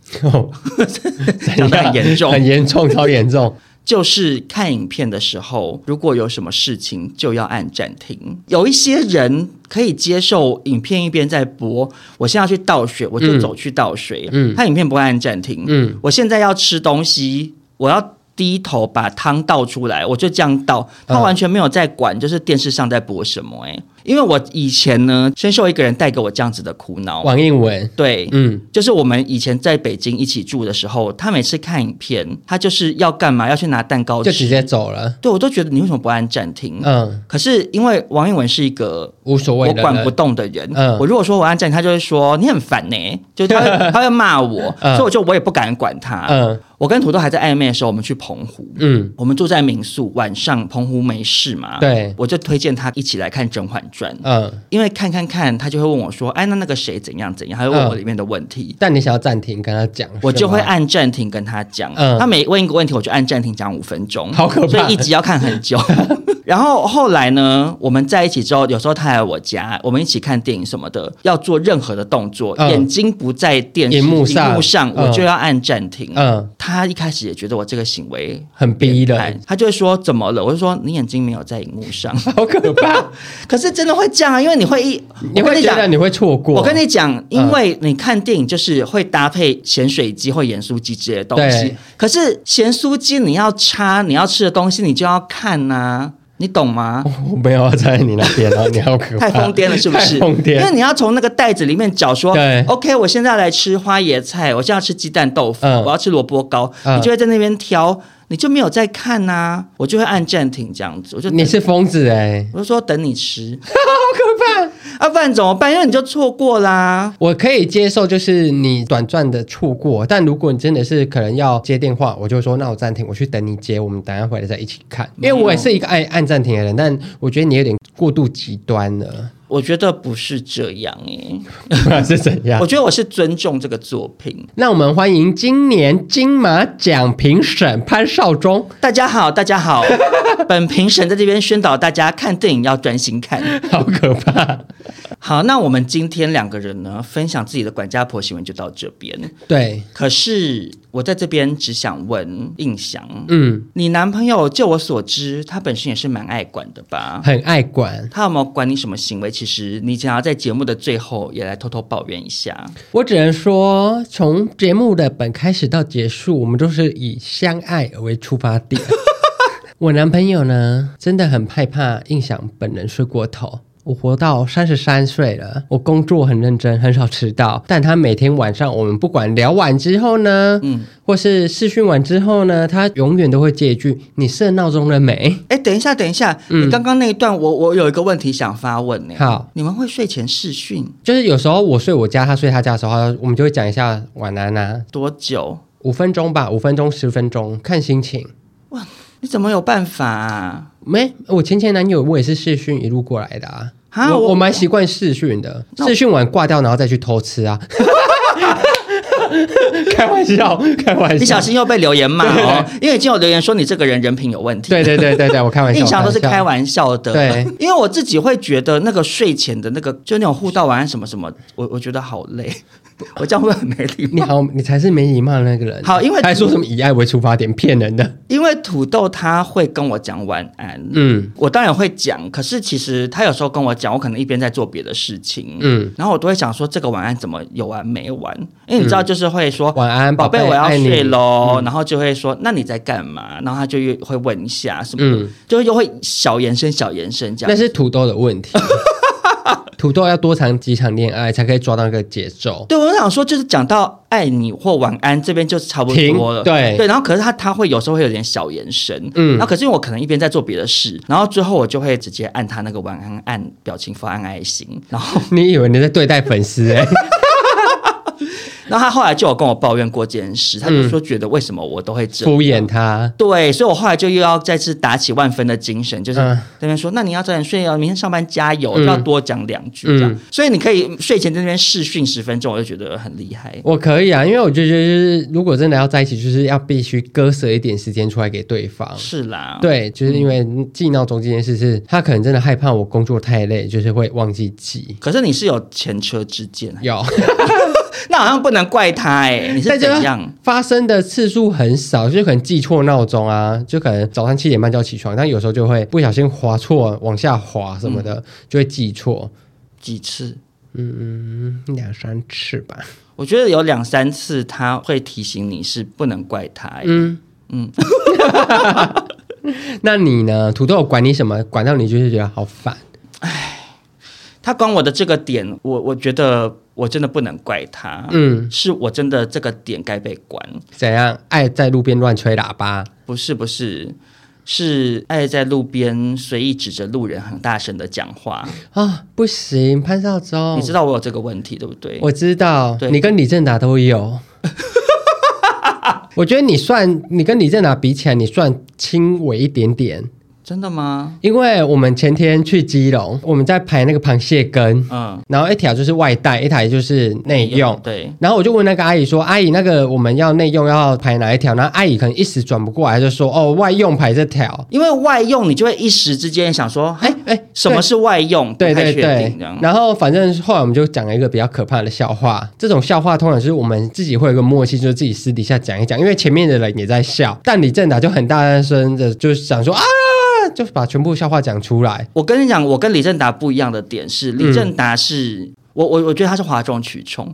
B: 讲得很严重
A: 很严重，超 严重。
B: 就是看影片的时候，如果有什么事情就要按暂停。有一些人可以接受影片一边在播，我现在要去倒水，我就走去倒水，
A: 嗯
B: 他影片不按暂停，
A: 嗯
B: 我现在要吃东西，我要低头把汤倒出来，我就这样倒。他
A: 嗯
B: 完全没有在管，就是电视上在播什么、欸。因为我以前呢，深受一个人带给我这样子的苦恼。
A: 王应文，
B: 对，
A: 嗯，
B: 就是我们以前在北京一起住的时候，他每次看影片，他就是要干嘛？要去拿蛋糕
A: 就直
B: 吃。
A: 接走了。
B: 对我都觉得你为什么不按暂停？
A: 嗯，
B: 可是因为王一文是一个
A: 无所谓
B: 我
A: 的人。
B: 管不动的人，
A: 嗯
B: 我如果说我按暂停，他就会说你很烦呢、就是他 会他会骂我，
A: 嗯
B: 所以我就我也不敢管他。
A: 嗯
B: 我跟土豆还在暧昧的时候，我们去澎湖，
A: 嗯，
B: 我们住在民宿，晚上澎湖没事嘛，
A: 对
B: 我就推荐他一起来看《甄嬛赚，
A: 嗯，
B: 因为看看看，他就会问我说：“哎，那那个谁怎样怎样？”他会问我
A: 嗯
B: 里面的问题，
A: 但你想要暂停跟他讲，
B: 我就会
A: 是吗，
B: 按暂停跟他讲。
A: 嗯
B: 他每问一个问题，我就按暂停讲五分钟，
A: 好可怕
B: 所以一集要看很 久。然后后来呢，我们在一起之后，有时候他来我家，我们一起看电影什么的，要做任何的动作，
A: 嗯
B: 眼睛不在电视
A: 荧幕上嗯
B: 我就要按暂停。
A: 嗯，
B: 他一开始也觉得我这个行为
A: 很逼
B: 哎
A: 人，
B: 他就会说怎么了？我就说你眼睛没有在荧幕 上，
A: 好可怕，
B: 可是真的会这样啊，因为你会一，
A: 你
B: 我跟
A: 会
B: 你
A: 觉
B: 讲
A: 得，你会错过，
B: 我跟你讲，因为你看电影就是会搭配咸水鸡或盐酥鸡之类的东西
A: 对，
B: 可是咸酥鸡你要插你要吃的东西，你就要看呐、你懂吗？
A: 我没有要站在你那边 哦，你好可怕，
B: 太疯癫了，是不是？
A: 太疯
B: 因为
A: 癫，
B: 你要从那个袋子里面找说
A: 对
B: ，OK，我现在来吃花椰菜，我现在要吃鸡蛋豆腐，
A: 嗯
B: 我要吃萝卜糕，
A: 嗯
B: 你就会在那边挑，你就没有在看呐、我就会按暂停这样子，我就
A: 你是疯子哎，
B: 我就说等你 吃，好可怕！啊，不然怎么办？因为你就错过啦。
A: 我可以接受，就是你短暂的错过，但如果你真的是可能要接电话，我就说那我暂停，我去等你接，我们等一下回来再一起看。
B: 嗯
A: 因为我也是一个爱按暂停的人，但我觉得你有点过度极端了，
B: 我觉得不是这样诶、
A: 不然是怎样
B: 我？觉得我是尊重这个作品。
A: 那我们欢迎今年金马奖评审潘少忠。
B: 大家好，大家好， 本评审在这边宣导大家看电影要专心看。
A: 好 可怕！
B: 好，那我们今天两个人呢，分享自己的管家婆行为就到这边。
A: 对，
B: 可是我在这边只想问印象，
A: 嗯，
B: 你男朋友就我所知，他本身也是蛮爱管的吧？
A: 很爱管。
B: 他有没有管你什么行为？其实你想要在节目的最后也来偷偷抱怨一下。
A: 我只能说，从节目的本开始到结束，我们都是以相爱为出发点。我男朋友呢，真的很害怕印象本人睡过头。我活到三十三岁了，我工作很认真，很少迟到。但他每天晚上，我们不管聊完之后呢，嗯，或是试训完之后呢，他永远都会接一句：“你设闹钟了没
B: 哎，等一下，等一下，你刚刚那一段我，我有一个问题想发问呢、？”欸
A: 好，
B: 你们会睡前视讯
A: 就是有时候我睡我家，他睡他家的时候，我们就会讲一下晚安啊，
B: 多久？
A: 五分钟吧，五分钟十分钟，看心情。
B: 你怎么有办法啊？
A: 没，我前前男友我也是视讯一路过来的啊。
B: 啊
A: 我
B: 我
A: 蛮习惯视讯的，
B: 那我
A: 视讯完挂掉，然后再去偷吃啊。 开玩笑，开玩笑。
B: 你小心又被留言骂哦，因为已经有留言说你这个人人品有问题。
A: 对对对对对，我开玩笑。
B: 印象都是开
A: 笑。
B: 玩笑的，
A: 对，
B: 因为我自己会觉得那个睡前的那个，就那种互道晚安什么什么，我我觉得好累， 我这样会很没礼
A: 你
B: 貌。
A: 好，你才是没礼貌的那个人。啊
B: 好因为
A: 还说什么以爱为出发点，骗人的。
B: 因为土豆他会跟我讲晚安，
A: 嗯
B: 我当然会讲，可是其实他有时候跟我讲，我可能一边在做别的事情，
A: 嗯，
B: 然后我都会想说这个晚安怎么有完没完？因为你知道，就是会说、
A: 嗯晚安，
B: 宝
A: 贝，
B: 贝，我要
A: 爱你嗯
B: 睡。喽，然后就会说那你在干嘛？然后他就又会问一下什么的，
A: 嗯
B: 就又会小延伸小延伸这
A: 那
B: 样。
A: 是土豆的问题。 土豆要多谈几场恋爱才可以抓到一个节奏。
B: 对，我想说，就是讲到爱你或晚安这边就差不
A: 停
B: 多了，
A: 对
B: 对。然后可是他他会有时候会有点小延伸，嗯，
A: 嗯
B: 然后可是因为我可能一边在做别的事，然后最后我就会直接按他那个晚安按表情符按爱心，然后
A: 你以为你在对待粉丝哎、
B: 然后他后来就有跟我抱怨过这件事，他就说觉得为什么我都会这样。
A: 嗯敷衍他。
B: 对，所以我后来就又要再次打起万分的精神，就是
A: 嗯
B: 在那边说，那你要早点睡哦，明天上班加油，
A: 嗯
B: 要多讲两句这样。
A: 嗯
B: 所以你可以睡前在那边试训十分钟，我就觉得很厉害。
A: 我可以啊，因为我就觉得就是，如果真的要在一起，就是要必须割舍一点时间出来给对方。
B: 是啊嗯啦，，
A: 对，就是因为记闹钟这件事是，他可能真的害怕我工作太累，就是会忘记记。
B: 可是你是有前车之鉴，
A: 有，
B: 那好像不能怪他哎、你哎是
A: 但就
B: 怎
A: 是
B: 样？
A: 发生的次数很少，就是可能记错闹钟啊，就可能早上七点半就要起床，但有时候就会不小心滑错，往下滑什么
B: 嗯
A: 的，就会记错，
B: 几次？
A: 嗯，两三次吧。
B: 我觉得有两三次他会提醒你是不能怪他、欸，
A: 嗯嗯，那你呢？土豆管你什么？管到你就是觉得好烦。
B: 他管我的这个点，我我觉得我真的不能怪他，
A: 嗯，
B: 是我真的这个点该被管，
A: 怎样？爱在路边乱吹喇叭？
B: 不是不是。是爱在路边随意指着路人很大声的讲话，
A: 啊、不行，潘少忠，
B: 你知
A: 道？
B: 道我有这个问题对不对？
A: 哦我知道
B: 对，
A: 你跟李正达都有。我觉得你算，你跟李正达比起来，你算轻微一点点。
B: 真的吗？
A: 因为我们前天去基隆，我们在排那个螃蟹羹，
B: 嗯，
A: 然后一条就是外带，一条也就是内用。
B: 对，
A: 然后我就问那个阿姨说：“阿姨，那个我们要内用要排哪一条？”然后阿姨可能一时转不过来，就说：“哦，外用排这条。
B: 因为外用你就会一时之间想说，哎
A: 哎”哎哎，
B: 什么是外用？
A: 对？
B: 不太
A: 对
B: 确
A: 对
B: 定这
A: 对
B: 样。。
A: 然后反正后来我们就讲了一个比较可怕的笑话。这种笑话通常就是我们自己会有一个默契，就是自己私底下讲一讲，因为前面的人也在笑，但李正达就很大声的就想 说：“啊！”就把全部笑话讲出来。
B: 我跟你讲，我跟李正达不一样的点是，
A: 嗯
B: 李正达是。我我我觉得他是哗众取宠，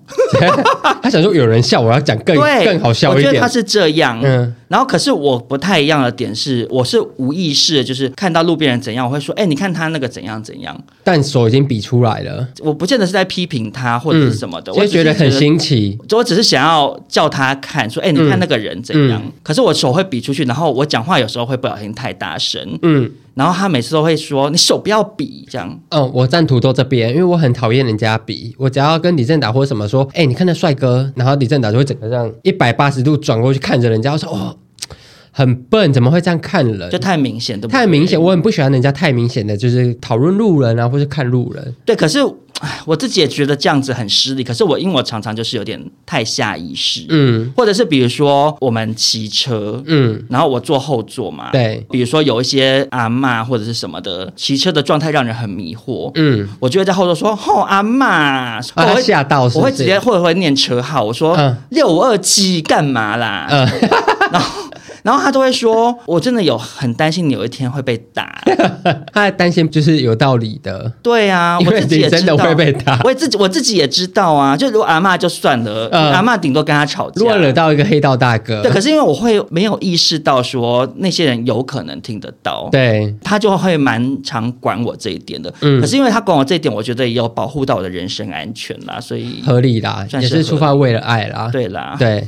A: 他想说有人笑，我要讲更
B: 对，
A: 更好笑
B: 我
A: 一
B: 觉得
A: 点
B: 他。是这样，
A: 嗯，
B: 然后可是我不太一样的点是，我是无意识的，就是看到路边人怎样，我会说，哎、你看他那个怎样怎样。
A: 但手已经比出来了，嗯
B: 我不见得是在批评他或者是什么的，我
A: 就
B: 只是
A: 觉得很新奇。
B: 我只是想要叫他看，说，哎、你看那个人怎样。
A: 嗯
B: 可是我手会比出去，然后我讲话有时候会不小心太大声，
A: 嗯
B: 然后他每次都会说，你手不要比这样。
A: 嗯，我站土豆这边，因为我很讨厌人家比。我只要跟李正达或什么说，哎、你看那帅哥，然后李正达就会整个这样一百八十度转过去看着人家，我说哦，很笨，怎么会这样看人
B: 就？太明显，对不对？
A: 太明显，。我很不喜欢人家太明显的，就是讨论路人啊，或是看路人。
B: 对，可是唉我自己也觉得这样子很失礼。可是我因为我常常就是有点太下意识，
A: 嗯
B: 或者是比如说我们骑车，
A: 嗯，
B: 然后我坐后座嘛，。
A: 对，
B: 比如说有一些阿嬷或者是什么的，骑车的状态让人很迷惑。
A: 嗯，
B: 我就会在后座说：“吼、阿嬷，
A: 啊，
B: 我
A: 他
B: 会
A: 吓到是
B: 我
A: 不
B: 会
A: 是
B: 直接会会念车号，我说
A: 嗯
B: 六五二七干嘛啦？
A: 嗯
B: 然后然后他都会说：“我真的有很担心你有一天会被 打。
A: 他的担心就是有道理的”。
B: 对啊，
A: 因
B: 我
A: 为
B: 自己也
A: 你真的
B: 知道
A: 会被打
B: 我也自己我自己也知道啊。就如果阿嬷就算了，
A: 嗯
B: 阿嬷顶多跟他吵架。
A: 如果惹到一个黑道大哥，
B: 对，可是因为我会没有意识到说那些人有可能听得到，
A: 对，
B: 他就会蛮常管我这一点的。
A: 嗯
B: 可是因为他管我这一点，我觉得也有保护到我的人身安全啦，所以
A: 合理啦，
B: 算
A: 也
B: 是
A: 是出发为了爱啦。
B: 对啊啦。
A: 对，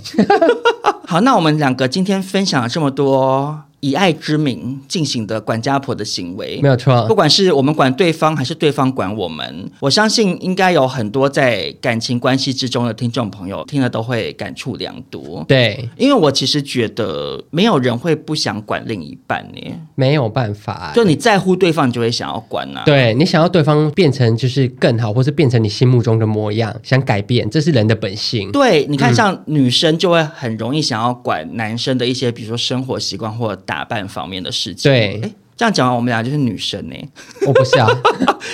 B: 好，那我们两个今天分享了这么多以爱之名进行的管家婆的行为
A: 没。有错
B: 不。管是我们管对方，还是对方管我们，我相信应该有很多在感情关系之中的听众朋友听了都会感触良多。
A: 对，
B: 因为我其实觉得没有人会不想管另一半呢、
A: 没有办法、欸
B: 就你在乎对方，你就会想要管啊。
A: 对你想要对方变成就是更好，或是变成你心目中的模样，想改变，这是人的本性。
B: 对，你看，像女生就会很容易想要管男生的一些，比如说生活习惯或打扮方面的事情。
A: 对
B: 诶，这样讲完，我们俩就是女生呢、
A: 我不是啊，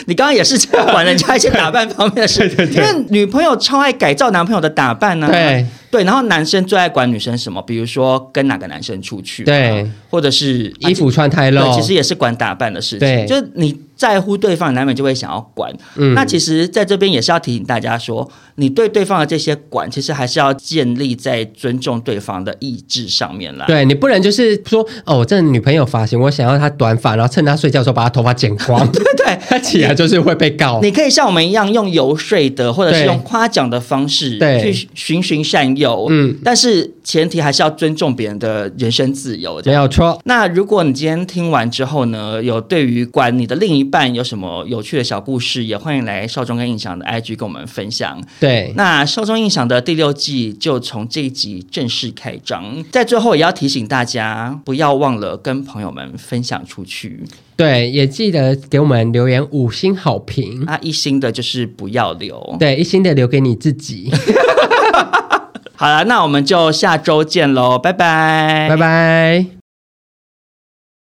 B: 你刚刚也是这样管人家一些打扮方面的 事，情，因为女朋友超爱改造男朋友的打扮呢、啊。
A: 对
B: 对，然后男生最爱管女生什么，比如说跟哪个男生出去、啊
A: 对，
B: 或者是
A: 衣服穿太露
B: 对，，其实也是管打扮的事情。
A: 对
B: 就是你在乎对方，难免就会想要管。
A: 嗯
B: 那其实在这边也是要提醒大家说，你对对方的这些管，其实还是要建立在尊重对方的意志上面啦。
A: 对你不能就是说哦，我这女朋友发型，我想要她短发，然后趁她睡觉的时候把她头发剪 光，
B: 对对。
A: 她起来就是会被告。
B: 你可以像我们一样用游说的，或者是
A: 对
B: 用夸奖的方式
A: 对
B: 去循循善诱，
A: 嗯，
B: 但是前提还是要尊重别人的人身自由。这
A: 没
B: 样
A: 有错，
B: 那如果你今天听完之后呢，有对于管你的另一半有什么有趣的小故事，也欢迎来少中跟印象的 IG 跟我们分享。
A: 对，
B: 那《少中印象》的第六季就从这一集正式开张，在最后也要提醒大家，不要忘了跟朋友们分享出去。
A: 对，也记得给我们留言五星好评，
B: 啊，一星的就是不要留。
A: 对，一星的留给你 自己，
B: 好了，那我们就下周见喽，拜拜，
A: 拜。拜。